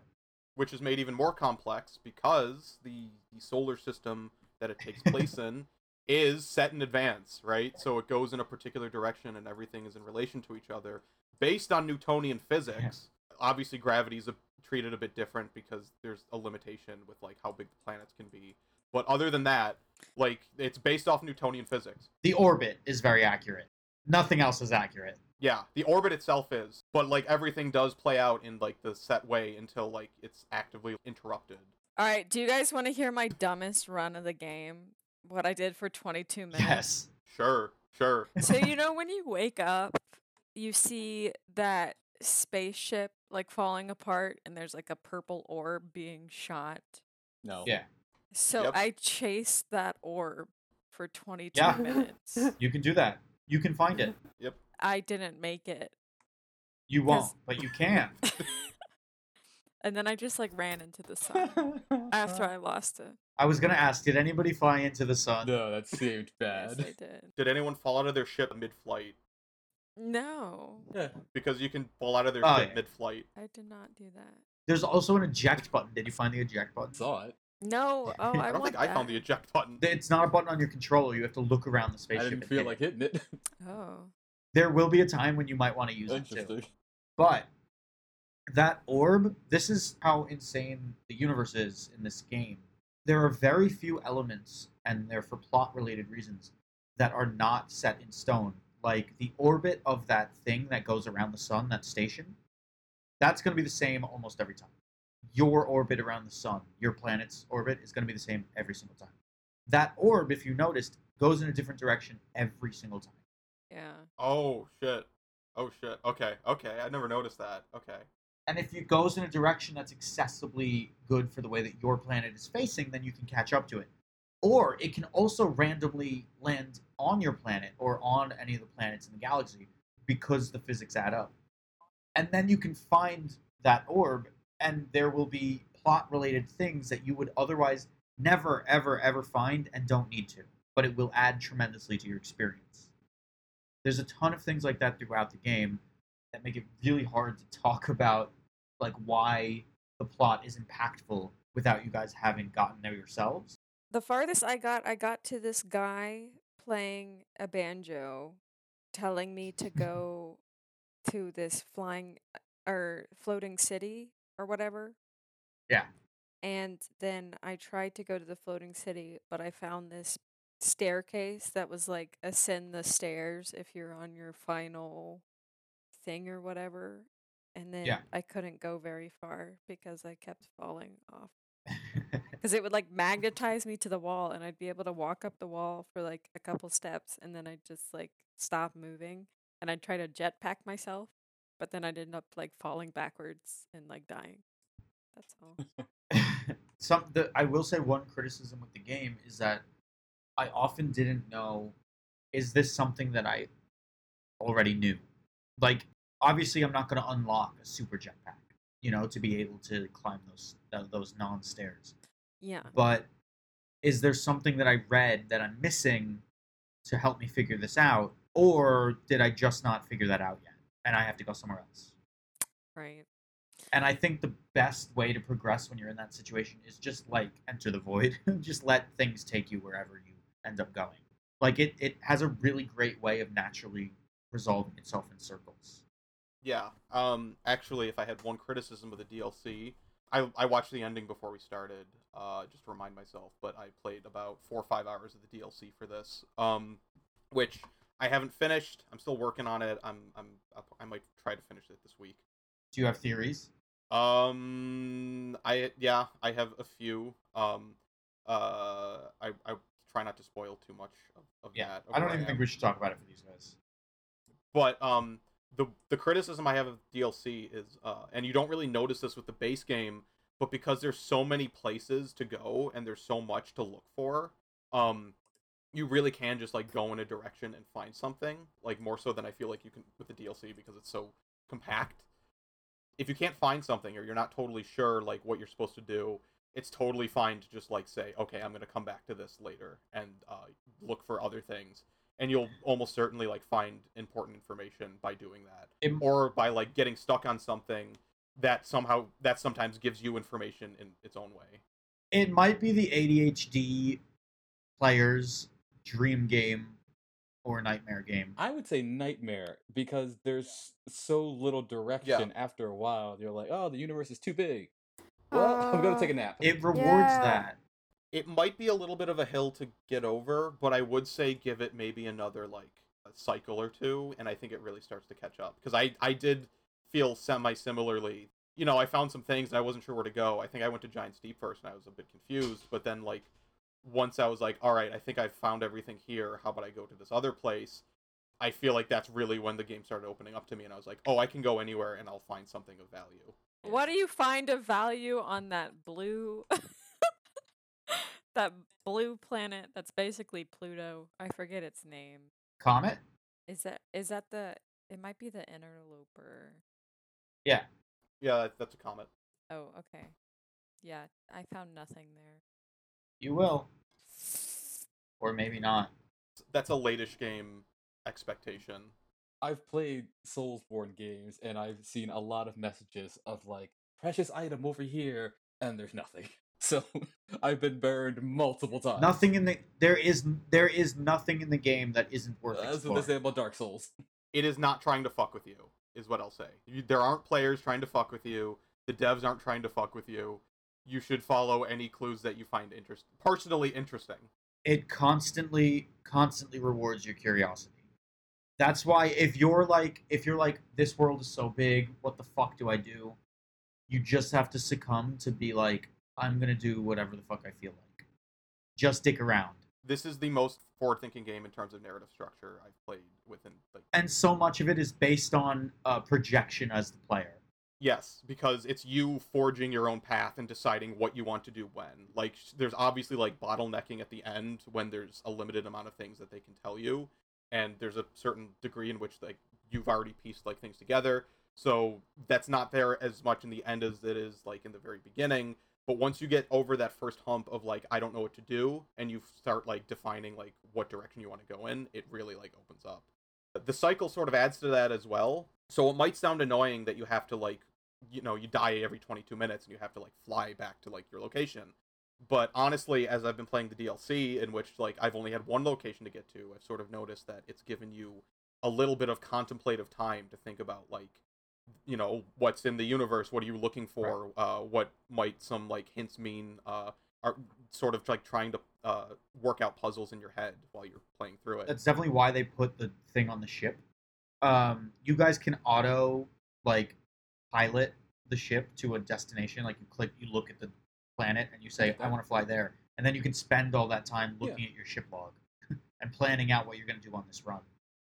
which is made even more complex because the, the solar system that it takes place in is set in advance, right? So it goes in a particular direction and everything is in relation to each other based on Newtonian physics. Obviously, gravity is a, treated a bit different because there's a limitation with like how big the planets can be. But other than that, like it's based off Newtonian physics.
The orbit is very accurate. Nothing else is accurate.
Yeah, the orbit itself is, but like everything does play out in like the set way until like it's actively interrupted.
All right. Do you guys want to hear my dumbest run of the game? What I did for 22 minutes?
Yes.
Sure, sure.
so you know when you wake up you see that spaceship like falling apart and there's like a purple orb being shot
No.
Yeah.
so
Yep.
i chased that orb for 22
Yeah.
minutes
You can do that. You can find it.
i didn't make it
You won't,
Yes.
but you can.
and then i just like ran into the sun after i lost it
I was going to ask did anybody fly into the sun?
No, that seemed
yes i
bad.
did
Did anyone fall out of their ship mid-flight?
no
Because you can fall out of their
Oh,
ship
yeah.
mid-flight.
i did not do that
There's also an eject button. Did you find the eject button?
Saw it.
no oh i,
I, don't
want
think I found the
that.
eject button.
It's not a button on your controller. You have to look around the spaceship.
I didn't
and
feel
hit
like
it.
hitting it.
oh
There will be a time when you might want to use it too.
Interesting.
But that orb, this is how insane the universe is in this game. There are very few elements, and they're for plot related reasons, that are not set in stone. Like the orbit of that thing that goes around the sun, that station, that's going to be the same almost every time. Your orbit around the sun, your planet's orbit, is going to be the same every single time. That orb, if you noticed, goes in a different direction every single time.
Yeah.
Oh shit. Oh shit. Okay. Okay. I never noticed that. Okay.
And if it goes in a direction that's accessibly good for the way that your planet is facing, then you can catch up to it. Or it can also randomly land on your planet or on any of the planets in the galaxy because the physics add up. And then you can find that orb, and there will be plot related things that you would otherwise never, ever, ever find and don't need to. But it will add tremendously to your experience. There's a ton of things like that throughout the game that make it really hard to talk about like why the plot is impactful without you guys having gotten there yourselves.
the farthest I got, I got to this guy playing a banjo, telling me to go to this flying or floating city or whatever.
Yeah.
And then I tried to go to the floating city, but I found this staircase that was like ascend the stairs if you're on your final thing or whatever. And then I couldn't go very far because I kept falling off because it would like magnetize me to the wall and I'd be able to walk up the wall for like a couple steps and then I'd just like stop moving and I'd try to jetpack myself, but then I'd end up like falling backwards and like dying. That's all.
some the, I will say one criticism with the game is that I often didn't know is this something that I already knew. Like obviously I'm not going to unlock a super jetpack, you know, to be able to climb those tho- those non stairs.
Yeah.
But is there something that I read that I'm missing to help me figure this out or did I just not figure that out yet and I have to go somewhere else?
Right.
And I think the best way to progress when you're in that situation is just like enter the void. just let things take you wherever you end up going. Like it, it has a really great way of naturally resolving itself in circles.
Yeah. Um. Actually, if I had one criticism of the DLC, I I watched the ending before we started. Uh, just to remind myself. But I played about four or five hours of the DLC for this. Um, which I haven't finished. I'm still working on it. I'm I'm I might try to finish it this week.
Do you have theories?
Um, I yeah, I have a few. Um, uh, I I try not to spoil too much of, of
Yeah.
that. of
I don't
where
even
am.
think we should talk about it for these guys.
But um, the the criticism I have of DLC is, uh, and you don't really notice this with the base game, but because there's so many places to go and there's so much to look for, um, you really can just like go in a direction and find something. Like more so than I feel like you can with the DLC because it's so compact. If you can't find something or you're not totally sure like what you're supposed to do, it's totally fine to just like say, okay, I'm gonna come back to this later and uh, look for other things, and you'll almost certainly like find important information by doing that,
It-
or by like getting stuck on something that somehow that sometimes gives you information in its own way.
it might be the ADHD player's dream game or nightmare game.
I would say nightmare because there's so little direction. After a while, you're like, oh, the universe is too big. Well, I'm gonna take a nap.
Uh, It rewards
Yeah.
that.
It might be a little bit of a hill to get over, but I would say give it maybe another like a cycle or two, and I think it really starts to catch up because I I did feel semi similarly. You know, I found some things and I wasn't sure where to go. I think I went to Giant's Deep first and I was a bit confused, but then like once I was like, all right, I think I've found everything here. How about I go to this other place? I feel like that's really when the game started opening up to me, and I was like, oh, I can go anywhere and I'll find something of value.
What do you find of value on that blue that blue planet that's basically Pluto? I forget its name.
Comet?
Is that is that the it might be the interloper.
Yeah, that's a comment.
Oh, okay. Yeah, I found nothing there.
You will. Or maybe not.
That's a latish game expectation.
I've played Soulsborne games and I've seen a lot of messages of like precious item over here and there's nothing. So I've been burned multiple times.
Nothing in the there is there is nothing in the game that isn't worth
That's what
exploring.
they say about Dark Souls.
it is not trying to fuck with you is what i'll say you, there aren't players trying to fuck with you the devs aren't trying to fuck with you you should follow any clues that you find interest personally interesting
it constantly constantly rewards your curiosity. That's why if you're like if you're like this world is so big, what the fuck do I do? You just have to succumb to be like I'm going to do whatever the fuck I feel like. Just stick around.
This is the most forward-thinking game in terms of narrative structure I've played within like
And so much of it is based on uh, projection as the player.
Yes, because it's you forging your own path and deciding what you want to do when. Like, sh- there's obviously like bottlenecking at the end when there's a limited amount of things that they can tell you, and there's a certain degree in which like you've already pieced like things together. So that's not there as much in the end as it is like in the very beginning. But once you get over that first hump of like I don't know what to do, and you start like defining like what direction you want to go in, it really like opens up. The cycle sort of adds to that as well. So it might sound annoying that you have to like you know you die every 22 minutes and you have to like fly back to like your location but honestly as i've been playing the dlc in which like i've only had one location to get to i've sort of noticed that it's given you a little bit of contemplative time to think about like you know what's in the universe what are you looking for uh, what might some like hints mean uh, are sort of like trying to uh, work out puzzles in your head while you're playing through it
That's definitely why they put the thing on the ship. Um, you guys can auto like pilot the ship to a destination. Like you click, you look at the planet, and you say, "I want to fly there," and then you can spend all that time looking at your ship log and planning out what you're going to do on this run.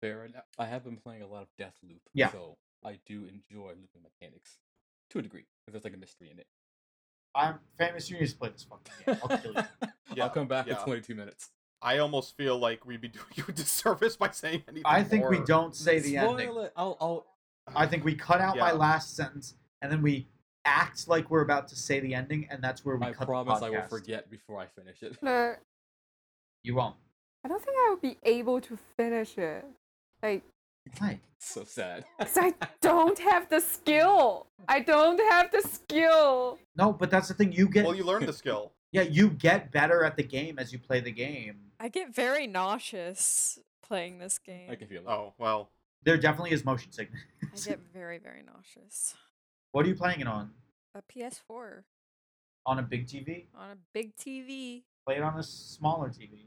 Fair enough. I have been playing a lot of Deathloop,
Yeah.
so I do enjoy looping mechanics to a degree. 'cause There's like a mystery in it.
I'm famous. You need to play this fucking game. I'll kill you.
Yeah,
I'll come back in
yeah.
22 minutes.
i almost feel like we'd be doing you a disservice by saying anything
I think we
more.
don't say the
Spoil
ending.
it. I'll, I'll,
I think we cut out my
Yeah.
last sentence, and then we act like we're about to say the ending, and that's where we
I
cut
promise
the
I will
podcast.
forget before I finish it.
No,
You won't.
Uh, I don't think I would be able to finish it. Like,
Why?
so sad.
'cause I don't have the skill. I don't have the skill.
No, but that's the thing. You get
well you learn the skill
yeah, you get better at the game as you play the game.
I get very nauseous playing this game.
I can feel it.
oh well
There definitely is motion sickness.
I get very, very nauseous.
What are you playing it on?
A PS4
On a big TV?
on a big TV.
Play it on a smaller TV.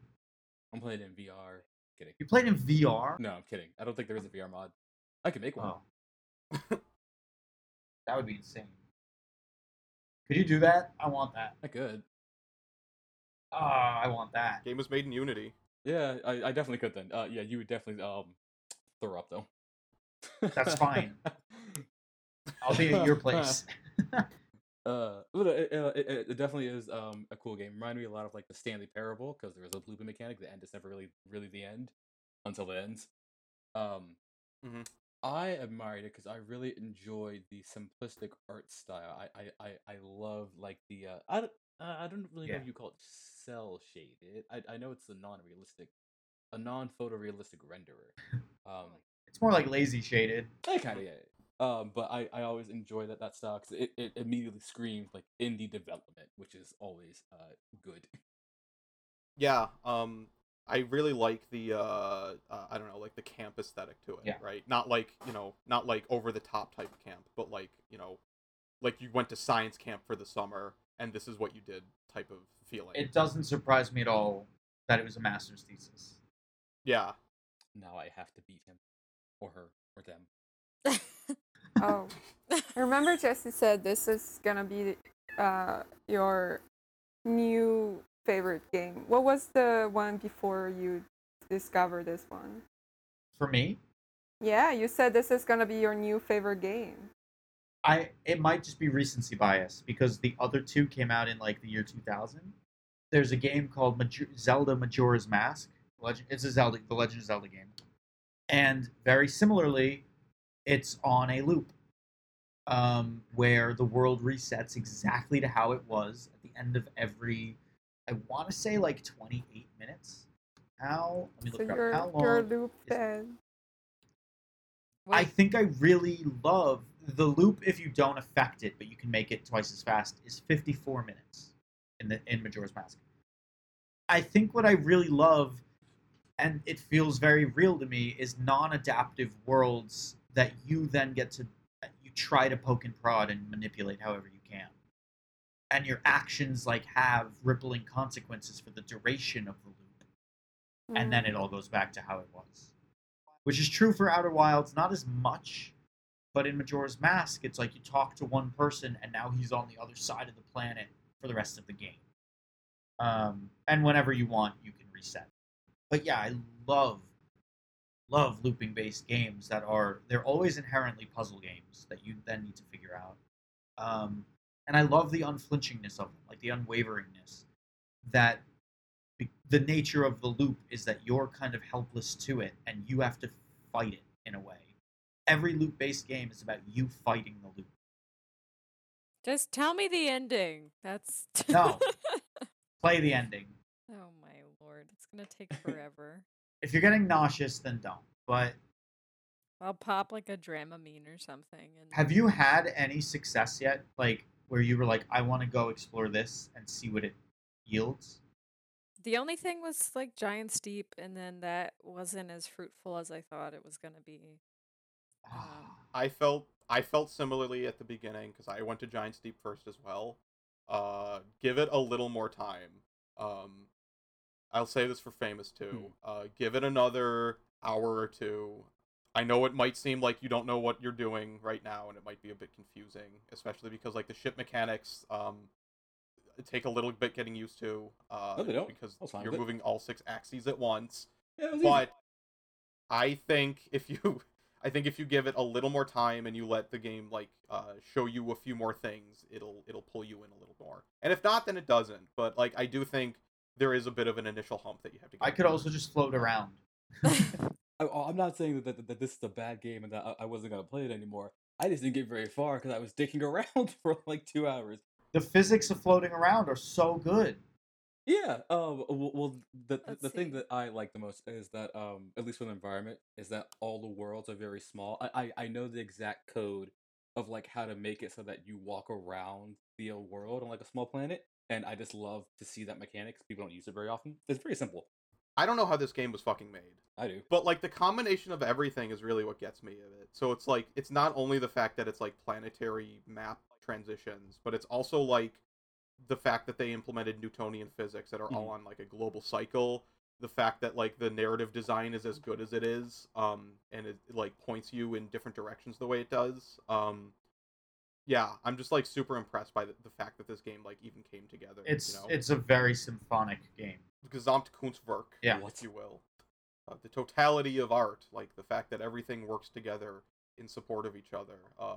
I'm playing in VR. Kidding.
You played in VR?
No, I'm kidding. I don't think there is a VR mod. I can make one.
Oh. that would be insane. Could you do that? I want that.
I could.
Oh, I want that.
game was made in unity
Yeah, I, I definitely could then. Uh, yeah, you would definitely um throw up though.
That's fine. I'll be at your place.
Uh, but it, uh, it, it it definitely is um a cool game. Reminded me a lot of like the Stanley Parable because there is a looping mechanic. The end is never really really the end until it ends. Um,
Mhm.
I admired it because I really enjoyed the simplistic art style. I I I, I love like the uh, I don't uh, I don't really know
Yeah.
if you call it cell shaded. I I know it's a non realistic, a non photorealistic renderer. Um,
It's more like lazy shaded.
I kind of get it. Um, but I, I always enjoy that that style 'cause it, it immediately screams like indie development, which is always uh good.
Yeah, um I really like the uh, uh I don't know, like the camp aesthetic to it,
Yeah.
right? Not like, you know, not like over the top type camp, but like, you know, like you went to science camp for the summer and this is what you did type of feeling.
It doesn't surprise me at all that it was a master's thesis.
yeah.
Now I have to beat him, or her, or them.
Oh, remember Jesse said this is gonna be uh, your new favorite game. What was the one before you discovered this one?
For me,
Yeah, you said this is gonna be your new favorite game.
I it might just be recency bias because the other two came out in like the year 2000. There's a game called Maj- Zelda Majora's Mask. Legend, it's a Zelda, the Legend of Zelda game, and very similarly, it's on a loop, um, where the world resets exactly to how it was at the end of every. I want to say like 28 minutes. How? Let me
So
look it up.
you're
How long?
you're a loop
is-
fan.
I
Wait,
think I really love the loop. If you don't affect it, but you can make it twice as fast, is 54 minutes in the in Majora's Mask. I think what I really love, and it feels very real to me, is non-adaptive worlds that you then get to you try to poke and prod and manipulate however you can, and your actions like have rippling consequences for the duration of the loop.
Mm.
and then it all goes back to how it was. Which is true for Outer Wilds, not as much, but in Majora's Mask, it's like you talk to one person and now he's on the other side of the planet for the rest of the game. Um, and whenever you want, you can reset. But yeah, I love love looping based games that are they're always inherently puzzle games that you then need to figure out. Um, and I love the unflinchingness of them, like the unwaveringness that be- the nature of the loop is that you're kind of helpless to it and you have to fight it in a way. Every loop based game is about you fighting the loop.
Just tell me the ending. That's
No. Play the ending.
oh my lord, it's gonna take forever.
If you're getting nauseous, then don't. But
I'll pop like a Dramamine or something. And
have you had any success yet? Like, where you were like, I want to go explore this and see what it yields?
The only thing was like Giants Deep, and then that wasn't as fruitful as I thought it was gonna be.
Ah,
Um,
I felt I felt similarly at the beginning because I went to Giant's Deep first as well. Uh, give it a little more time. Um, I'll say this for Famous too.
Hmm.
Uh, give it another hour or two. I know it might seem like you don't know what you're doing right now, and it might be a bit confusing, especially because like the ship mechanics um, take a little bit getting used to. Uh,
No, they don't.
Because
I was fine
you're
with it.
moving all six axes at once
Yeah, it was easy.
but I think if you, I think if you give it a little more time and you let the game like uh, show you a few more things, it'll it'll pull you in a little more. And if not, then it doesn't. But like I do think there is a bit of an initial hump that you have to. Get
I could
over.
also just float around.
I, I- I'm not saying that, that that this is a bad game and that I, I wasn't gonna play it anymore. I just didn't get very far because I was dicking around for like two hours.
The physics of floating around are so good.
Yeah. Um. w- Well, the the,
Let's
the thing
see.
that I like the most is that um, at least for the environment, is that all the worlds are very small. I I, I know the exact code of like how to make it so that you walk around the uh, world on like a small planet, and I just love to see that mechanics. People don't use it very often. It's very simple.
I don't know how this game was fucking made.
I do.
But like the combination of everything is really what gets me of it. So it's like it's not only the fact that it's like planetary map transitions, but it's also like the fact that they implemented Newtonian physics that are
Mm-hmm.
all on like a global cycle. The fact that like the narrative design is as good as it is, um, and it like points you in different directions the way it does. Um, yeah, I'm just like super impressed by the, the fact that this game like even came together.
It's
you know?
it's a very symphonic game.
Gesamtkunstwerk,
Yeah.
What?
if you will. Uh, the totality of art, like the fact that everything works together in support of each other. Uh,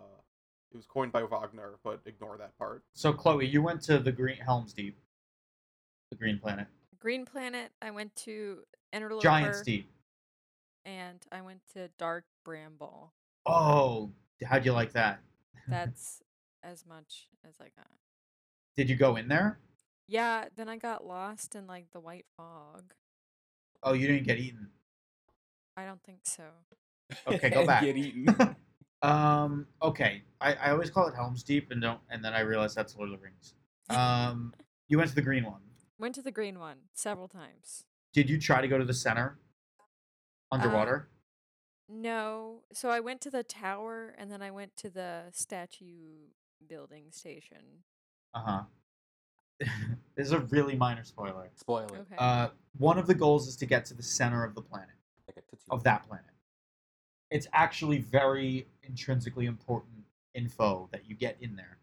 it was coined by Wagner, but ignore that part.
So Chloe, you went to the Green Helm's Deep, the Green Planet,
Green Planet. I went to Interloper.
Giant's Deep.
And I went to Dark Bramble.
Oh, how'd you like that?
That's as much as I got.
Did you go in there?
Yeah. Then I got lost in like the white fog.
Oh, you didn't get eaten.
I don't think so.
Okay, go
And
back.
Get eaten.
um, okay. I, I always call it Helm's Deep, and don't, and then I realize that's Lord of the Rings. Um, you went to the green one.
Went to the green one several times.
Did you try to go to the center underwater?
No. So I went to the tower and then I went to the statue building station.
Uh huh. this is a really minor spoiler.
Spoil it.
Okay.
Uh, one of the goals is to get to the center of the planet,
Like a tootsie.
of that planet. It's actually very intrinsically important info that you get in there.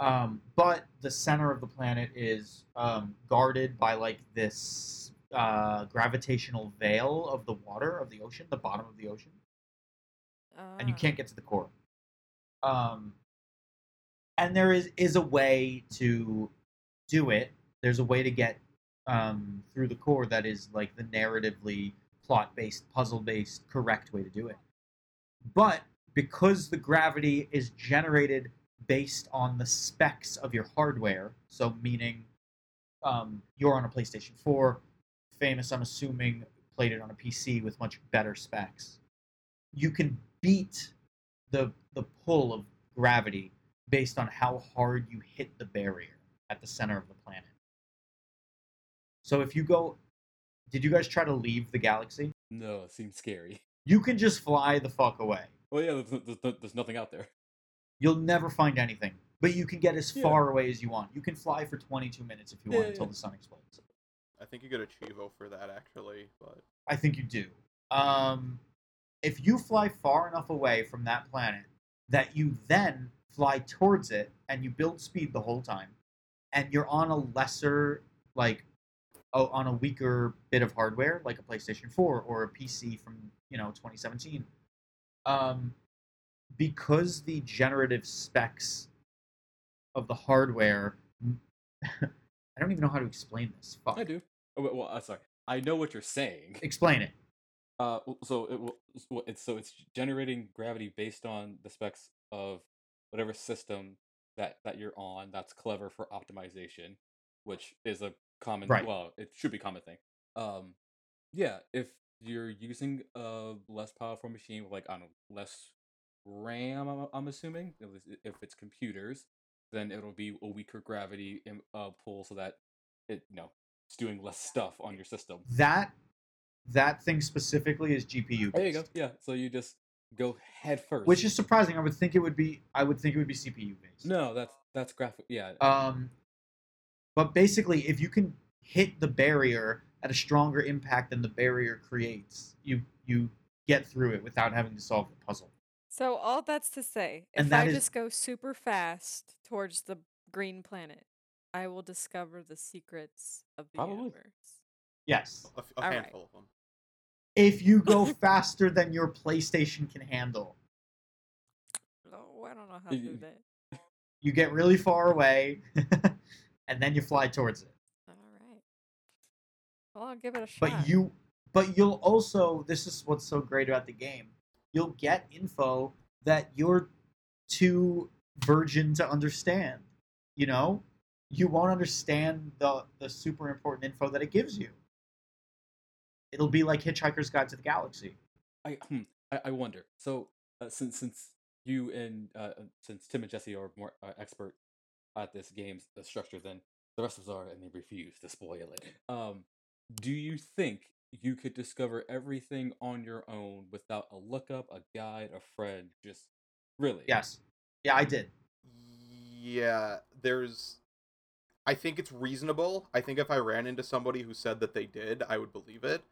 Um, but the center of the planet is um, guarded by like this uh, gravitational veil of the water of the ocean, the bottom of the ocean, and you
Ah.
can't get to the core. Um, and there is is a way to do it. There's a way to get um, through the core that is like the narratively plot based, puzzle based, correct way to do it. But because the gravity is generated based on the specs of your hardware, so meaning um, you're on a PlayStation 4, famous, I'm assuming, played it on a PC with much better specs. You can beat the the pull of gravity based on how hard you hit the barrier at the center of the planet. So if you go, did you guys try to leave the galaxy?
No, it seems scary.
You can just fly the fuck away.
Well, yeah. There's, there's, no- there's nothing out there.
You'll never find anything, but you can get as
Yeah.
far away as you want. You can fly for 22 minutes if you
Yeah,
want
yeah,
until
yeah.
the sun explodes.
I think you get a Chivo for that actually, but
I think you do. Um, if you fly far enough away from that planet that you then fly towards it and you build speed the whole time, and you're on a lesser, like, oh, on a weaker bit of hardware, like a PlayStation 4 or a PC from, you know, 2017, um, because the generative specs of the hardware, I don't even know how to explain this. Fuck.
I do. Oh, wait, well, uh, sorry. I know what you're saying.
Explain it.
Uh, w- so it will. s- well, It's so it's generating gravity based on the specs of whatever system that that you're on. That's clever for optimization, which is a common.
Right.
Well, it should be a common thing. Um, yeah. If you're using a less powerful machine with like I don't know, less RAM, I'm, I'm assuming if it's- if it's computers, then it'll be a weaker gravity im- uh, pull, so that it you know it's doing less stuff on your system.
That that thing specifically is GPU.
There you
based.
go. Yeah. So you just go head first.
which is surprising. I would think it would be. I would think it would be CPU based.
no, that's that's graphic. Yeah.
Um, but basically, if you can hit the barrier at a stronger impact than the barrier creates, you you get through it without having to solve the puzzle.
So all that's to say,
And
if I
that is-
just go super fast towards the green planet, I will discover the secrets of the
Probably.
universe.
Yes,
a, f- a
All right.
handful of them.
if you go faster than your PlayStation can handle,
Oh, I don't know how to do
Mm.
that.
you get really far away, and then you fly towards it.
All right. Well, I'll give it a shot.
but you but you'll also this is what's so great about the game you'll get info that you're too virgin to understand you know you won't understand the the super important info that it gives you it'll be like hitchhiker's guide to the galaxy
I hmm, I, I wonder. So uh, since since you and uh, uh, since Tim and Jesse are more uh, expert at this game's uh, structure than the rest of us are, and they refuse to spoil it. Um, do you think you could discover everything on your own without a lookup, a guide, a friend? Just really?
yes yeah i did
Yeah, there's. I think it's reasonable. I think if I ran into somebody who said that they did, I would believe it.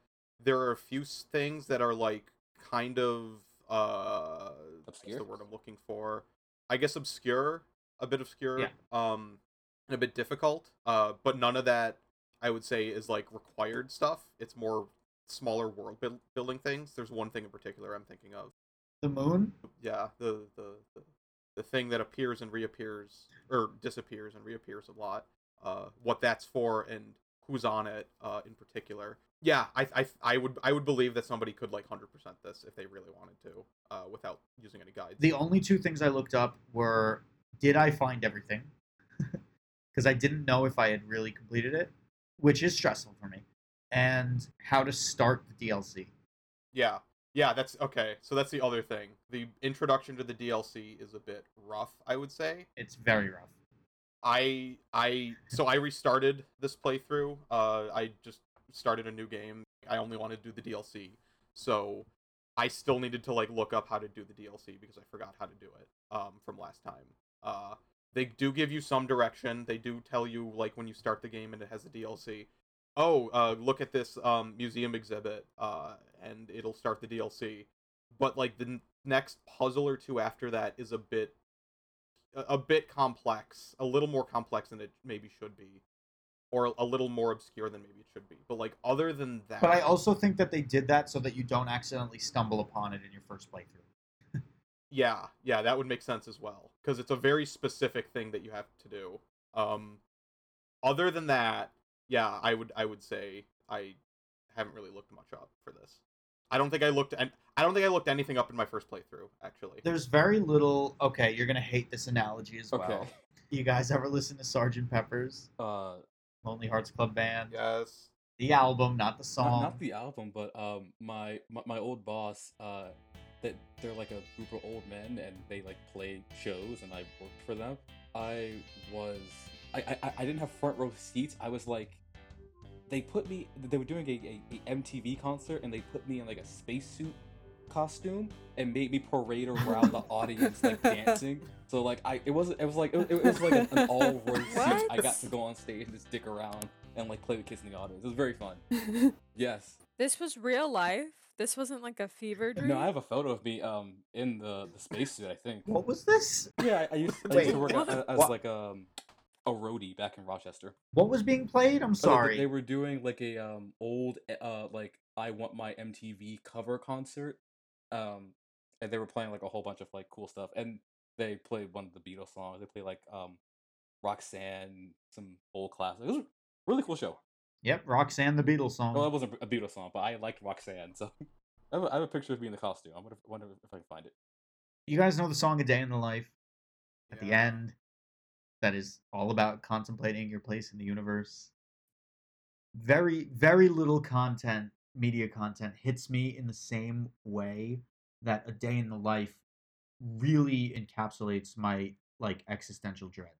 There are a few s- things that are like kind of uh, what's
Obscure?
the word I'm looking for? I guess obscure, a bit obscure,
Yeah.
um, and a bit difficult. Uh, but none of that I would say is like required stuff. It's more smaller world buil- building things. There's one thing in particular I'm thinking of
the moon
yeah the, the the the thing that appears and reappears or disappears and reappears a lot uh what that's for and who's on it uh in particular yeah i i, I would i would believe that somebody could like 100% this if they really wanted to uh without using any guides
the only two things i looked up were did i find everything because I didn't know if I had really completed it, which is stressful for me, and how to start the DLC.
yeah yeah that's okay so that's the other thing the introduction to the dlc is a bit rough i would say
It's very rough.
I I so I restarted this playthrough. Uh, I just started a new game. I only wanted to do the DLC, so I still needed to like look up how to do the DLC because I forgot how to do it um, from last time. Uh, they do give you some direction. They do tell you like when you start the game and it has a DLC. Oh, uh, look at this um, museum exhibit, uh, and it'll start the DLC. But like the n- next puzzle or two after that is a bit a a bit complex, a little more complex than it maybe should be, or a little more obscure than maybe it should be. But like other than that,
But I also think that they did that so that you don't accidentally stumble upon it in your first playthrough.
yeah, yeah, that would make sense as well because it's a very specific thing that you have to do. Um, other than that, yeah, I would I would say I haven't really looked much up for this. I don't think I looked and I don't think I looked anything up in my first playthrough actually.
There's very little. Okay, you're gonna hate this analogy as
Okay.
well. You guys ever listen to Sergeant Pepper's
Uh,
Lonely Hearts Club Band?
Yes.
The album, not the
not,
song.
not the album, but um, my, my my old boss, uh, that they're like a group of old men, and they like play shows, and I worked for them. I was, I, I, I- I didn't have front row seats. I was like, they put me. They were doing a, a, a MTV concert, and they put me in like a spacesuit costume and made me parade around the audience like dancing. So like I it wasn't it was like it, it was like an, an all royal suit. I got to go on stage and just dick around and like play with kids in the audience. It was very fun. yes.
This was real life. This wasn't like a fever dream.
No, I have a photo of me um in the the spacesuit. I think.
What was this?
Yeah, I, I used, I
Wait,
used to work
what?
as, as
What?
like um a roadie back in Rochester.
What was being played? I'm
Oh, they-
sorry.
Oh, They, were doing like a um old uh like I want my MTV cover concert. Um and they were playing like a whole bunch of like cool stuff and they played one of the Beatles songs. They played like um Roxanne, some old classics. It was a really cool show.
Yep, Roxanne the Beatles song.
Well, it wasn't a Beatles song, but I liked Roxanne, so I have a, I have a picture of me in the costume. I wonder, wonder if I can find it.
you guys know the song "A Day in the Life" at the
Yeah.
end. That is all about contemplating your place in the universe. Very, very little content, media content, hits me in the same way that "A Day in the Life" really encapsulates my like existential dread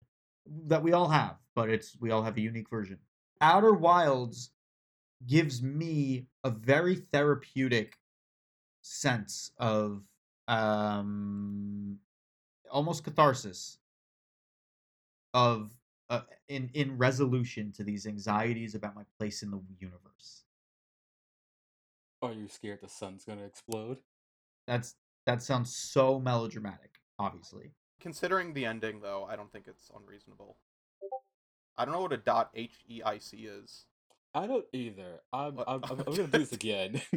that we all have, but it's we all have a unique version. Outer Wilds gives me a very therapeutic sense of um almost catharsis of uh, in in resolution to these anxieties about my place in the universe.
Are you scared the sun's gonna explode?
That's that sounds so melodramatic, obviously.
Considering the ending, though, I don't think it's unreasonable. I don't know what a dot h e i c is.
I don't either. I'm
What?
I'm, I'm, I'm gonna do this again.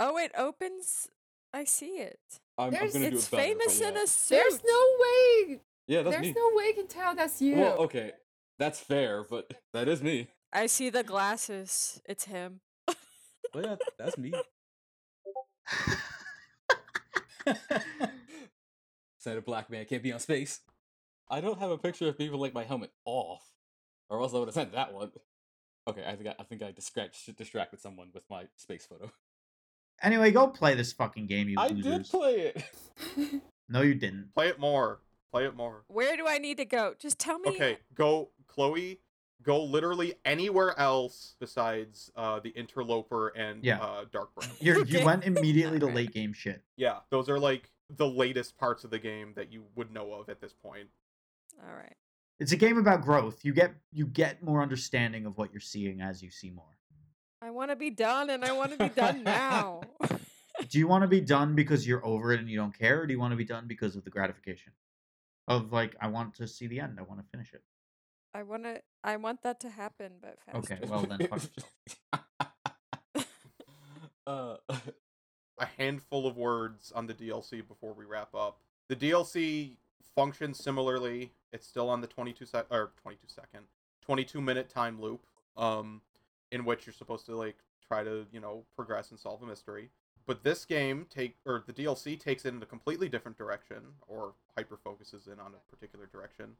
Oh, it opens. I see it.
I'm, I'm
There's-
gonna do
it's
it better. but
famous in
yeah.
a suit.
There's no way.
Yeah, that's
There's
me.
no way you can tell that's you.
Well, okay, that's fair, but that is me.
I see the glasses. It's him.
Well, yeah, that's me. Said a black man can't be on space. I don't have a picture of me with like my helmet off, or else I would have sent that one. Okay, I think I, I think I distract, distracted someone with my space photo.
anyway, go play this fucking game, you
I did
losers.
play it.
no, you didn't.
Play it more. Play it more.
Where do I need to go? Just tell me.
Okay, go, Chloe. Go literally anywhere else besides uh, the Interloper and
Yeah.
uh, Dark Brown.
You're, you
Okay.
went immediately to
Alright.
late game shit.
Yeah, those are like the latest parts of the game that you would know of at this point.
All right.
It's a game about growth. You get you get more understanding of what you're seeing as you see more.
I want to be done, and I want to be done now.
do you want to be done because you're over it and you don't care or do you want to be done because of the gratification of like i want to see the end i want to finish it
I want to. I want that to happen, but faster.
Okay, well then, fuck yourself.
uh,
a handful of words on the DLC before we wrap up. The DLC functions similarly. It's still on the 22 sec or 22 second, 22 minute time loop, um, in which you're supposed to like try to you know progress and solve a mystery. But this game take or the DLC takes it in a completely different direction or hyper focuses in on a particular direction.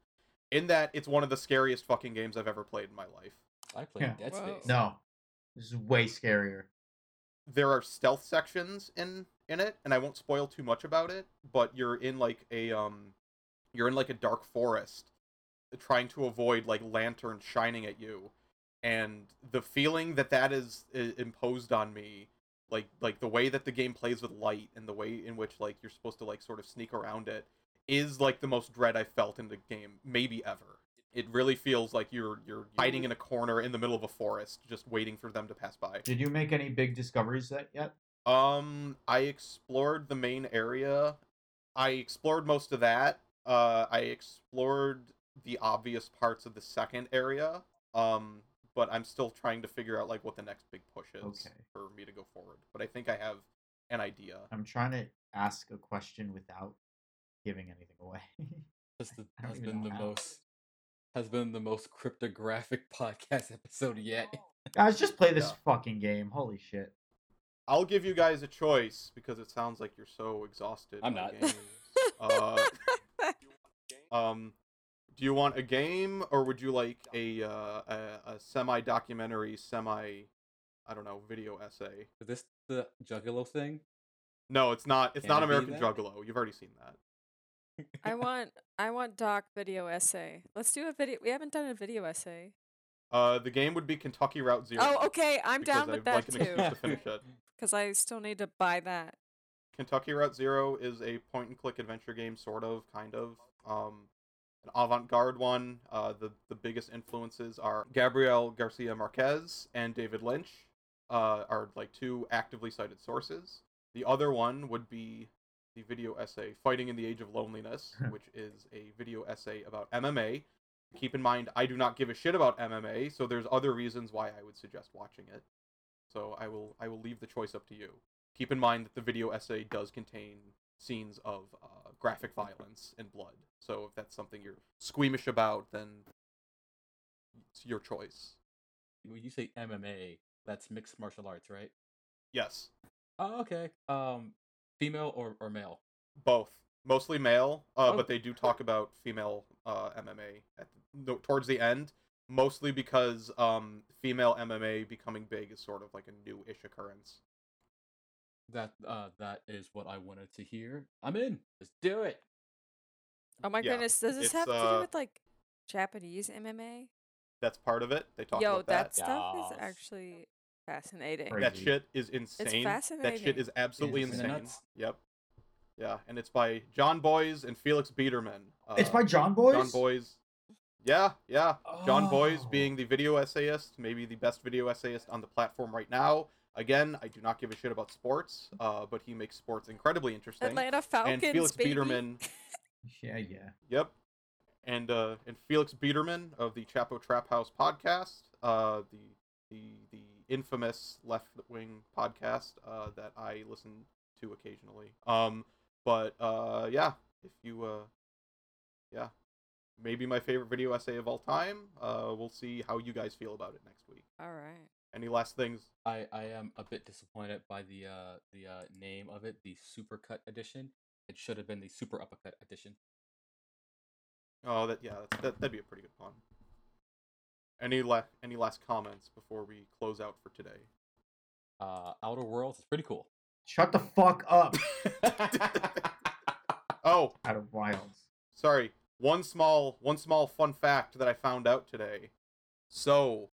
In that it's one of the scariest fucking games I've ever played in my life.
I played
Yeah.
Dead
Whoa.
Space.
no this is way scarier
there are stealth sections in in it and i won't spoil too much about it but you're in like a um you're in like a dark forest trying to avoid like lanterns shining at you and the feeling that that is i- imposed on me like like the way that the game plays with light and the way in which like you're supposed to like sort of sneak around it is like the most dread i felt in the game maybe ever it really feels like you're you're hiding in a corner in the middle of a forest just waiting for them to pass by
did you make any big discoveries that yet
um, I explored the main area. I explored most of that. Uh, I explored the obvious parts of the second area. Um, but I'm still trying to figure out like what the next big push is
Okay.
for me to go forward. But I think I have an idea.
i'm trying to ask a question without giving anything away
This the-
I don't
has
even
been
know
the
how.
most has been the most cryptographic podcast episode yet.
guys just play this
Yeah.
fucking game holy shit
I'll give you guys a choice because it sounds like you're so exhausted.
I'm
by
not.
games. uh, um, do you want a game or would you like a uh, a, a semi documentary, semi, I don't know, video essay?
Is this the Juggalo thing?
No, it's not. It's
Can
not
it be
American
that?
Juggalo. You've already seen that.
I want. I want doc video essay. Let's do a video. We haven't done a video essay.
Uh, the game would be Kentucky Route Zero.
Oh, okay. I'm
because
down
I'd
with
like
that
an
too,
excuse to finish it.
because I still need to buy that.
Kentucky Route Zero is a point and click adventure game, sort of, kind of. Um, an avant garde one. Uh, the, the biggest influences are Gabriel Garcia Marquez and David Lynch, uh, are like two actively cited sources. The other one would be the video essay Fighting in the Age of Loneliness, which is a video essay about MMA. Keep in mind, I do not give a shit about MMA, so there's other reasons why I would suggest watching it. So I will I will leave the choice up to you. Keep in mind that the video essay does contain scenes of uh, graphic violence and blood. So if that's something you're squeamish about, then it's your choice.
When you say MMA, that's mixed martial arts, right?
Yes.
Oh, okay. Um, female or, or male?
Both. Mostly male, uh, but they do talk about female uh, MMA at the, no, towards the end, mostly because um, female MMA becoming big is sort of like a new-ish occurrence.
That uh, that is what I wanted to hear. I'm in. Let's do it.
Oh my
Yeah,
goodness, does this
it's,
have to do
uh,
with like Japanese MMA?
That's part of it. They talk
Yo,
about that.
stuff is
Yes.
actually fascinating.
That
Crazy.
shit is insane. That shit
fascinating.
is absolutely
It's
insane.
nuts.
Yep. Yeah, and it's by John Boys and Felix Biederman. Uh,
It's by John Boyes?
John Boys. Yeah, yeah. John Boys
Oh.
being the video essayist, maybe the best video essayist on the platform right now. Again, I do not give a shit about sports, uh, but he makes sports incredibly interesting.
Atlanta Falcons,
and Felix
baby.
Biederman.
Yeah, yeah.
Yep. And uh, and Felix Biederman of the Chapo Trap House podcast, uh, the the the infamous left wing podcast uh, that I listen to occasionally. Um, but uh, yeah, if you uh, yeah, maybe my favorite video essay of all time. Uh, we'll see how you guys feel about it next week.
All right.
Any last things?
I, I am a bit disappointed by the uh the uh name of it, the Supercut edition. It should have been the Super Uppercut edition.
Oh, that yeah, that's, that that'd be a pretty good pun. Any la- any last comments before we close out for today?
Uh, Outer Worlds is pretty cool.
Shut the fuck up,
oh,
out of wilds.
sorry. One small one small fun fact that I found out today. So,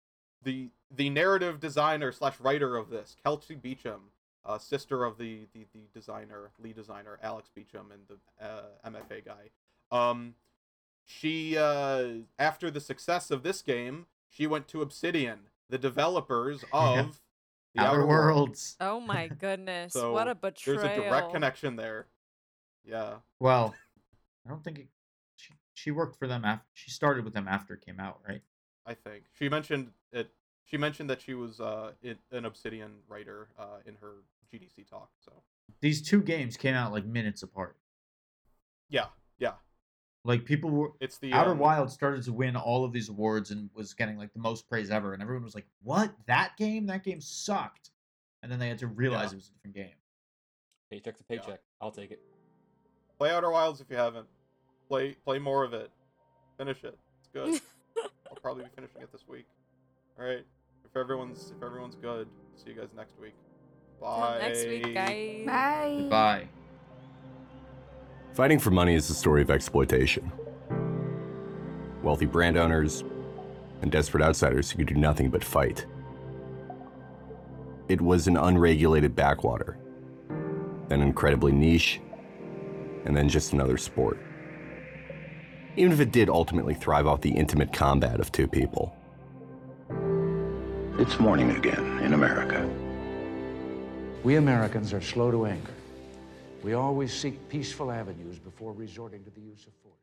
the the narrative designer slash writer of this, Kelsey Beecham, uh, sister of the, the the designer lead designer Alex Beecham and the uh, MFA guy. Um, she uh, after the success of this game, she went to Obsidian, the developers of the
Outer,
Outer Worlds.
Worlds.
Oh my goodness,
So,
what a
There's
betrayal!
a direct connection there. Yeah.
Well, I don't think it, she she worked for them after she started with them after it came out, right?
I think she mentioned it. She mentioned that she was uh, in, an Obsidian writer uh, in her GDC talk. So
These two games came out like minutes apart.
yeah, yeah,
Like people were
it's the
Outer
um,
Wild started to win all of these awards and was getting like the most praise ever, and everyone was like, "What? That game? That game sucked!" And then they had to realize
Yeah.
it was a different game.
Paycheck to
Yeah.
paycheck. I'll take it.
Play Outer Wilds if you haven't. Play play more of it. Finish it. It's good. I'll probably be finishing it this week. All right. If everyone's if everyone's good, see you guys next week. Bye.
Till next week, guys.
Bye.
Goodbye.
Fighting for money is a story of exploitation. Wealthy brand owners and desperate outsiders who could do nothing but fight. It was an unregulated backwater, then incredibly niche, and then just another sport. Even if it did ultimately thrive off the intimate combat of two people.
It's morning again in America.
We Americans are slow to anger. We always seek peaceful avenues before resorting to the use of force.